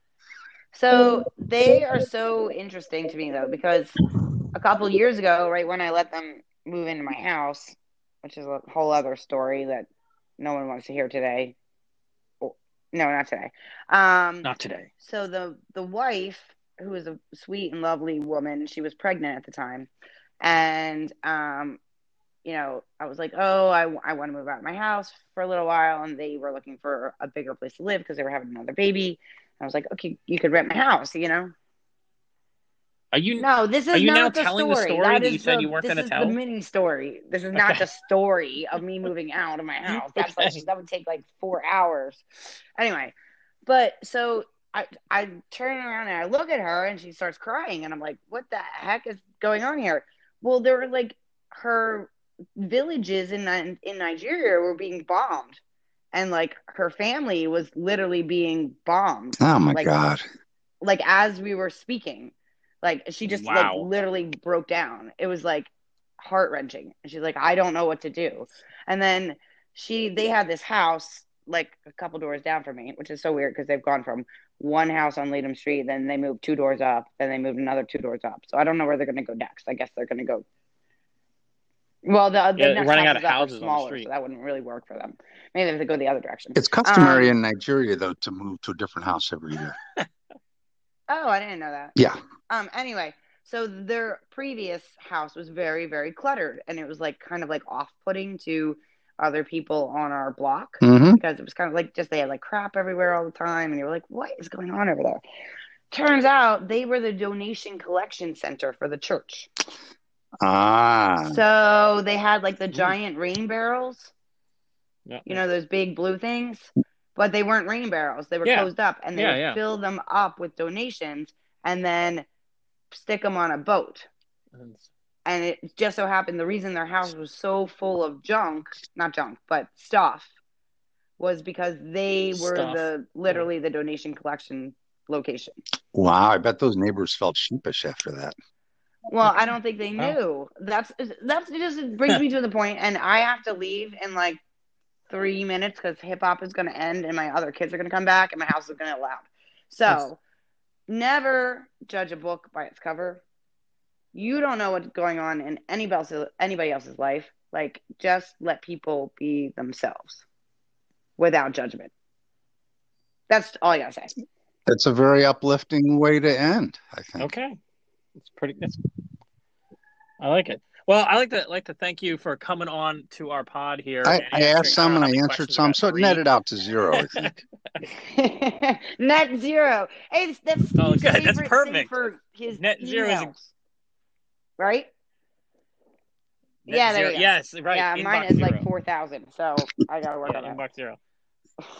Speaker 2: So they are so interesting to me though, because a couple years ago, right when I let them move into my house, which is a whole other story that no one wants to hear today. Oh, No, not today. Um,
Speaker 3: Not today.
Speaker 2: so the the wife, who was a sweet and lovely woman, she was pregnant at the time, and um, you know, I was like, oh, I I want to move out of my house for a little while, and they were looking for a bigger place to live because they were having another baby. I was like, okay, you could rent my house, you know.
Speaker 3: Are you?
Speaker 2: No, this is
Speaker 3: Are you
Speaker 2: not
Speaker 3: now
Speaker 2: the
Speaker 3: telling the
Speaker 2: story.
Speaker 3: story
Speaker 2: That
Speaker 3: that
Speaker 2: is
Speaker 3: you said
Speaker 2: the,
Speaker 3: you weren't
Speaker 2: this
Speaker 3: gonna
Speaker 2: is
Speaker 3: tell?
Speaker 2: the mini story. This is not the story of me moving out
Speaker 3: [laughs]
Speaker 2: of my house. That's like
Speaker 3: Okay.
Speaker 2: that would take like four hours. Anyway, but so I I turn around and I look at her and she starts crying and I'm like, what the heck is going on here? Well, there were like her villages in Ni- in Nigeria were being bombed, and like her family was literally being bombed
Speaker 4: Oh my
Speaker 2: Like,
Speaker 4: god.
Speaker 2: like as we were speaking like she just like
Speaker 3: Wow.
Speaker 2: literally broke down it was like heart wrenching and she's like i don't know what to do and then she they had this house like a couple doors down from me which is so weird because they've gone from one house on Leadham Street then they moved two doors up then they moved another two doors up so i don't know where they're going to go next i guess they're going to go well the, the
Speaker 3: Yeah,
Speaker 2: next
Speaker 3: running out
Speaker 2: houses
Speaker 3: of
Speaker 2: up are
Speaker 3: houses on the
Speaker 2: smaller
Speaker 3: street.
Speaker 2: so that wouldn't really work for them maybe they have to go the other direction
Speaker 4: It's customary
Speaker 2: um
Speaker 4: in Nigeria though to move to a different house every year.
Speaker 2: oh i didn't know that
Speaker 4: Yeah.
Speaker 2: Um, anyway, so their previous house was very, very cluttered, and it was like kind of like off putting to other people on our block
Speaker 4: hmm
Speaker 2: because it was kind of like just they had like crap everywhere all the time, and you were like, what is going on over there? Turns out they were the donation collection center for the church.
Speaker 3: Um,
Speaker 4: Ah.
Speaker 2: So they had like the
Speaker 3: Ooh.
Speaker 2: giant rain barrels,
Speaker 3: Yeah.
Speaker 2: you know, those big blue things, but they weren't rain barrels. They were
Speaker 3: Yeah.
Speaker 2: closed up, and they
Speaker 3: Yeah,
Speaker 2: would
Speaker 3: yeah.
Speaker 2: fill them up with donations and then stick them on a boat. and it just so happened the reason their house was so full of junk not junk but stuff was because they were
Speaker 3: Stuff.
Speaker 2: the literally the donation collection location
Speaker 4: Wow. I bet those neighbors felt sheepish after that.
Speaker 2: well i don't think they
Speaker 3: Wow.
Speaker 2: knew that's that's it just brings me to the point and i have to leave in like three minutes because hip-hop is going to end and my other kids are going to come back and my house is going to get loud so never judge a book by its cover you don't know what's going on in anybody else's anybody else's life. Like just let people be themselves without judgment. That's all I gotta say.
Speaker 4: That's a very uplifting way to end, I think.
Speaker 3: Okay. It's pretty. That's, I like it. Well, I like to like to thank you for coming on to our pod here.
Speaker 4: I,
Speaker 3: and
Speaker 4: I asked
Speaker 3: answering- I don't know
Speaker 4: some and
Speaker 3: how
Speaker 4: I
Speaker 3: many
Speaker 4: answered
Speaker 3: questions,
Speaker 4: some,
Speaker 3: about
Speaker 4: so it
Speaker 3: three.
Speaker 4: netted
Speaker 3: [laughs]
Speaker 4: out to zero, I think.
Speaker 2: [laughs] Net zero. Hey, it's- that's
Speaker 3: Oh,
Speaker 2: Steve's
Speaker 3: good. That's
Speaker 2: favorite thing
Speaker 3: perfect.
Speaker 2: for his
Speaker 3: Net zero is a-
Speaker 2: emails, right?
Speaker 3: Net
Speaker 2: Yeah, there
Speaker 3: zero.
Speaker 2: you go.
Speaker 3: Yes, right.
Speaker 2: Yeah,
Speaker 3: Inbox
Speaker 2: mine is
Speaker 3: zero.
Speaker 2: like four thousand, so I gotta work
Speaker 3: yeah,
Speaker 2: on that.
Speaker 3: inbox zero.
Speaker 2: [laughs]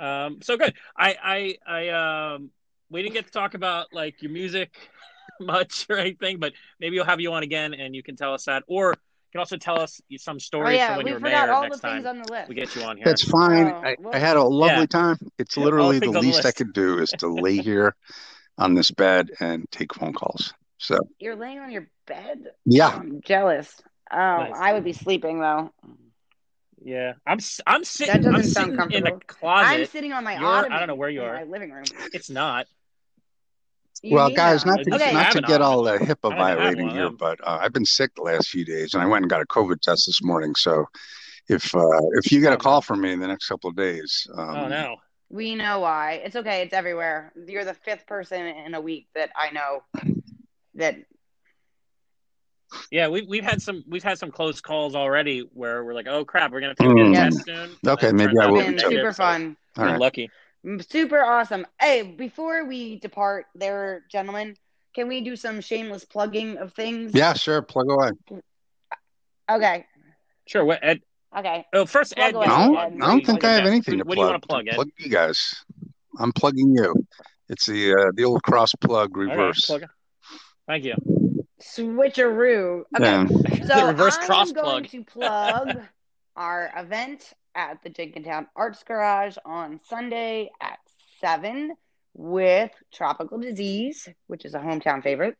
Speaker 3: Um, so good. I, I, I, um, we didn't get to talk about like your music [laughs] much or anything, but maybe we'll have you on again and you can tell us that, or you can also tell us some
Speaker 2: Oh
Speaker 3: story
Speaker 2: yeah,
Speaker 3: from when
Speaker 2: we
Speaker 3: you were
Speaker 2: forgot
Speaker 3: mayor
Speaker 2: all the
Speaker 3: next
Speaker 2: things
Speaker 3: time
Speaker 2: on the list.
Speaker 3: we get you on here.
Speaker 4: That's fine.
Speaker 2: Oh
Speaker 4: I, I
Speaker 2: well,
Speaker 4: had a lovely
Speaker 3: Yeah.
Speaker 4: time. It's
Speaker 3: Yeah, all
Speaker 4: literally the
Speaker 3: things on the
Speaker 4: least I
Speaker 3: list.
Speaker 4: could do is
Speaker 3: [laughs]
Speaker 4: to lay here on this bed and take phone calls. So,
Speaker 2: you're laying on your bed. Oh,
Speaker 4: yeah.
Speaker 2: I'm jealous. Oh,
Speaker 3: Nice.
Speaker 2: I would be sleeping though.
Speaker 3: Yeah. I'm, s- I'm
Speaker 2: That
Speaker 3: sitting, I'm
Speaker 2: doesn't sound
Speaker 3: sitting in a
Speaker 2: comfortable. I'm
Speaker 3: closet.
Speaker 2: sitting on my
Speaker 3: You're, I don't know
Speaker 2: ottoman
Speaker 3: where you
Speaker 2: in
Speaker 3: are.
Speaker 2: my living room.
Speaker 3: [laughs] It's not.
Speaker 2: You
Speaker 4: Well,
Speaker 2: need an
Speaker 4: guys,
Speaker 3: At
Speaker 4: not
Speaker 2: ottoman.
Speaker 3: least
Speaker 4: to
Speaker 3: you
Speaker 4: not
Speaker 2: Okay.
Speaker 3: have
Speaker 4: to
Speaker 3: an
Speaker 4: get all
Speaker 3: ottoman.
Speaker 4: uh, HIPAA
Speaker 3: I don't have
Speaker 4: violating
Speaker 3: one of
Speaker 4: here,
Speaker 3: them.
Speaker 4: but uh, I've been sick the last few days, and I went and got a COVID test this morning. So, if uh, if you get a
Speaker 3: Oh
Speaker 4: call
Speaker 3: no.
Speaker 4: from me in the next couple of days,
Speaker 3: Oh
Speaker 4: um,
Speaker 3: no.
Speaker 2: We know why. It's okay. It's everywhere. You're the fifth person in a week that I know that.
Speaker 3: Yeah, we've we've had some we've had some close calls already where we're like, oh crap, we're gonna have to get a
Speaker 4: mm,
Speaker 2: Yep.
Speaker 3: test soon, and
Speaker 4: okay,
Speaker 3: it
Speaker 4: maybe
Speaker 3: turns
Speaker 4: I
Speaker 3: out
Speaker 2: It's
Speaker 4: will
Speaker 3: they
Speaker 4: be
Speaker 2: been
Speaker 3: didn't get
Speaker 4: tested.
Speaker 3: it.
Speaker 2: super
Speaker 3: So
Speaker 2: fun.
Speaker 4: All
Speaker 3: we've
Speaker 4: right.
Speaker 3: been lucky.
Speaker 2: Mm, Super awesome. Hey, before we depart, there, gentlemen, can we do some shameless plugging of things?
Speaker 4: Yeah, sure. Plug away.
Speaker 2: Okay.
Speaker 3: Sure. What Ed?
Speaker 2: Okay.
Speaker 3: Oh, first
Speaker 2: Plug
Speaker 3: Ed gets
Speaker 2: away,
Speaker 3: to
Speaker 4: I don't,
Speaker 3: plug
Speaker 2: Ed. What are you plugging?
Speaker 3: before you plug
Speaker 4: I don't think I have
Speaker 3: Ed.
Speaker 4: anything
Speaker 3: Who-
Speaker 4: to
Speaker 3: What do you
Speaker 4: plug.
Speaker 3: want to plug, Ed?
Speaker 4: Plug you guys. I'm plugging you. It's the uh, the old cross plug
Speaker 3: All right,
Speaker 4: reverse.
Speaker 3: plug. Thank you.
Speaker 2: switcheroo. Okay.
Speaker 4: Yeah.
Speaker 2: So
Speaker 3: The reverse
Speaker 2: I'm
Speaker 3: cross
Speaker 2: going
Speaker 3: plug.
Speaker 2: to plug [laughs] our event at the Jenkintown Arts Garage on Sunday at seven with Tropical Disease, which is a hometown favorite,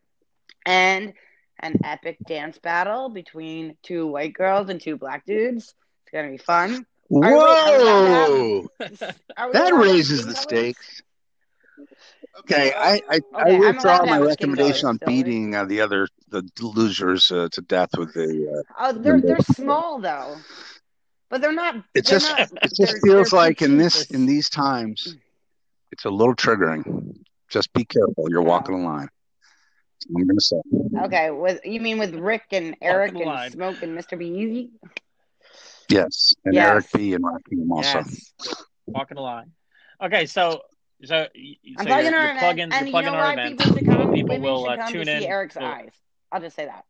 Speaker 2: and an epic dance battle between two white girls and two black dudes. It's gonna be fun. right, wait, I'm Are
Speaker 4: Whoa,
Speaker 2: we
Speaker 4: that
Speaker 2: allowed to have
Speaker 4: raises
Speaker 2: skin
Speaker 4: the
Speaker 2: colors?
Speaker 4: stakes. Okay, I I,
Speaker 2: Okay,
Speaker 4: I
Speaker 2: I'm allowed
Speaker 4: withdraw
Speaker 2: to
Speaker 4: my
Speaker 2: have skin
Speaker 4: recommendation
Speaker 2: colors,
Speaker 4: on
Speaker 2: silly.
Speaker 4: beating uh, the other the losers uh, to death with the. Uh,
Speaker 2: Oh, they're they're small though, but they're not.
Speaker 4: it
Speaker 2: they're
Speaker 4: just
Speaker 2: not.
Speaker 4: [laughs] it just
Speaker 2: they're-
Speaker 4: feels
Speaker 2: they're
Speaker 4: like in this
Speaker 2: petite.
Speaker 4: in these times, it's a little triggering. Just be careful. You're
Speaker 2: Oh.
Speaker 4: walking the line. I'm gonna say.
Speaker 2: Okay, with you mean with Rick and Eric
Speaker 3: the
Speaker 2: and
Speaker 3: line.
Speaker 2: Smoke and Mr. Beezy?
Speaker 4: Yes, and
Speaker 2: Yes.
Speaker 4: Eric B. and Rocky M. also.
Speaker 3: Yes. [laughs] Walking the line. Okay, so so, y-
Speaker 2: I'm
Speaker 3: so
Speaker 2: plugging
Speaker 3: you're,
Speaker 2: our
Speaker 3: you're
Speaker 2: event,
Speaker 3: plugging,
Speaker 2: and
Speaker 3: you're
Speaker 2: you
Speaker 3: plugging
Speaker 2: know
Speaker 3: our
Speaker 2: why
Speaker 3: event.
Speaker 2: people should
Speaker 3: [laughs]
Speaker 2: come.
Speaker 3: People
Speaker 2: Women
Speaker 3: will,
Speaker 2: should
Speaker 3: uh,
Speaker 2: come to
Speaker 3: tune
Speaker 2: see
Speaker 3: in.
Speaker 2: Eric's
Speaker 3: They'll-
Speaker 2: eyes. I'll just say that.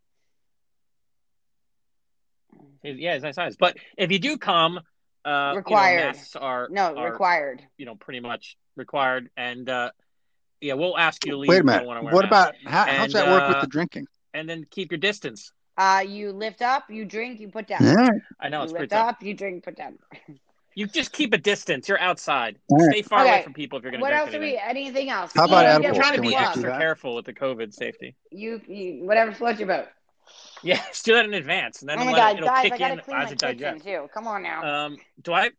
Speaker 3: Yeah, it's nice size. But if you do come, uh,
Speaker 2: Required.
Speaker 3: You know, masks are
Speaker 2: No,
Speaker 3: are,
Speaker 2: required.
Speaker 3: you know pretty much required, and uh, yeah, we'll ask you to leave.
Speaker 4: Wait a
Speaker 3: if you
Speaker 4: minute.
Speaker 3: don't wanna wear a
Speaker 4: What
Speaker 3: mask.
Speaker 4: about how, how's
Speaker 3: And,
Speaker 4: that work with
Speaker 3: uh,
Speaker 4: the drinking?
Speaker 3: And then keep your distance.
Speaker 2: Uh, you lift up, you drink, you put down.
Speaker 4: All right.
Speaker 3: I know
Speaker 2: you
Speaker 3: it's pretty
Speaker 2: lift
Speaker 3: tough.
Speaker 2: up, you drink, put down.
Speaker 3: You just keep a distance. You're outside.
Speaker 4: All right.
Speaker 3: Stay far
Speaker 2: Okay.
Speaker 3: away from people if you're going to
Speaker 2: What
Speaker 3: drink
Speaker 2: else
Speaker 3: anything.
Speaker 2: are we? Anything else?
Speaker 4: How about
Speaker 2: Steve,
Speaker 3: We're
Speaker 4: edibles?
Speaker 2: whatever
Speaker 3: trying to
Speaker 4: Can
Speaker 3: be
Speaker 4: we
Speaker 2: plug.
Speaker 4: just do
Speaker 3: extra
Speaker 4: that?
Speaker 3: careful with the COVID safety. [laughs]
Speaker 2: You, you, whatever floats your boat.
Speaker 3: Yeah, just do that in advance, and then
Speaker 2: oh my
Speaker 3: let it-
Speaker 2: god,
Speaker 3: it'll
Speaker 2: guys,
Speaker 3: kick
Speaker 2: I gotta
Speaker 3: in
Speaker 2: clean
Speaker 3: as
Speaker 2: my
Speaker 3: it
Speaker 2: kitchen
Speaker 3: digests.
Speaker 2: too. Come on now.
Speaker 3: Um, do I?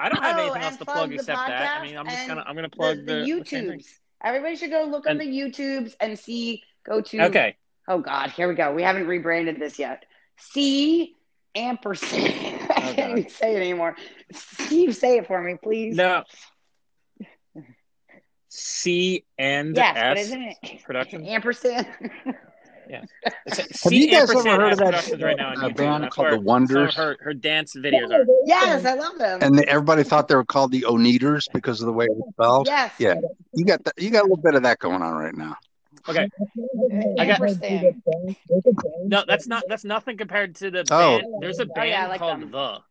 Speaker 3: I don't have
Speaker 2: Oh,
Speaker 3: anything else
Speaker 2: and
Speaker 3: to
Speaker 2: plug
Speaker 3: plug
Speaker 2: the
Speaker 3: except that.
Speaker 2: podcast
Speaker 3: I mean, I'm just
Speaker 2: and
Speaker 3: gonna I'm gonna
Speaker 2: the,
Speaker 3: plug
Speaker 2: the
Speaker 3: the, same thing.
Speaker 2: YouTubes. Everybody should go look on
Speaker 3: And-
Speaker 2: the YouTubes and see. Go to
Speaker 3: Okay,
Speaker 2: oh god, here we go. We haven't rebranded this yet. See ampersand. [laughs] I
Speaker 3: Oh,
Speaker 2: can't
Speaker 3: God.
Speaker 2: even say it anymore. Steve, say it for me, please.
Speaker 3: no. C and
Speaker 2: yes, but
Speaker 3: S
Speaker 2: isn't it [laughs]
Speaker 3: production.
Speaker 2: ampersand?
Speaker 3: Have
Speaker 4: Have you guys ever
Speaker 3: ampersand S
Speaker 4: heard of that,
Speaker 3: productions right now on
Speaker 4: uh,
Speaker 3: YouTube.
Speaker 4: band
Speaker 3: That's
Speaker 4: called
Speaker 3: where
Speaker 4: The
Speaker 3: some of
Speaker 4: Wonders?
Speaker 3: her her dance videos are.
Speaker 2: yes, I love them.
Speaker 4: And they, everybody thought they were called the Oneaters because of the way it was spelled.
Speaker 2: yes.
Speaker 4: Yeah, you got that. You got a little bit of that going on right now.
Speaker 3: Okay, I got-
Speaker 2: Ampersand.
Speaker 3: no, that's not that's nothing compared to the
Speaker 4: Oh.
Speaker 3: band. There's a band
Speaker 2: yeah, I like
Speaker 3: called
Speaker 2: them.
Speaker 3: The.
Speaker 2: All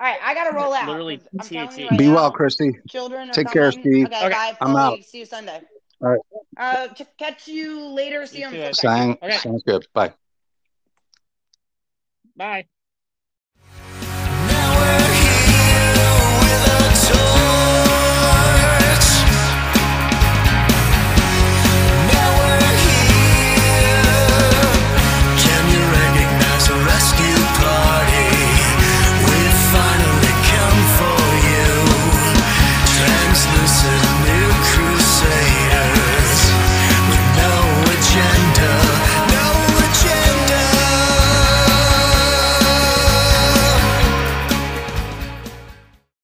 Speaker 2: right, I gotta roll out. 'cause
Speaker 3: Literally E.
Speaker 2: I'm telling you
Speaker 3: THE.
Speaker 2: right
Speaker 4: Be
Speaker 2: now,
Speaker 4: well, Christy.
Speaker 2: children are
Speaker 4: Take care,
Speaker 2: coming.
Speaker 4: Steve.
Speaker 2: Okay,
Speaker 3: Okay.
Speaker 2: bye.
Speaker 4: I'm
Speaker 2: Foley.
Speaker 4: out.
Speaker 2: See you Sunday.
Speaker 4: All right.
Speaker 2: Uh, t- catch you later. See
Speaker 3: You
Speaker 2: you on
Speaker 3: too,
Speaker 2: Sunday.
Speaker 3: Ed.
Speaker 4: Sang,
Speaker 3: Okay.
Speaker 4: sounds good. Bye.
Speaker 3: Bye.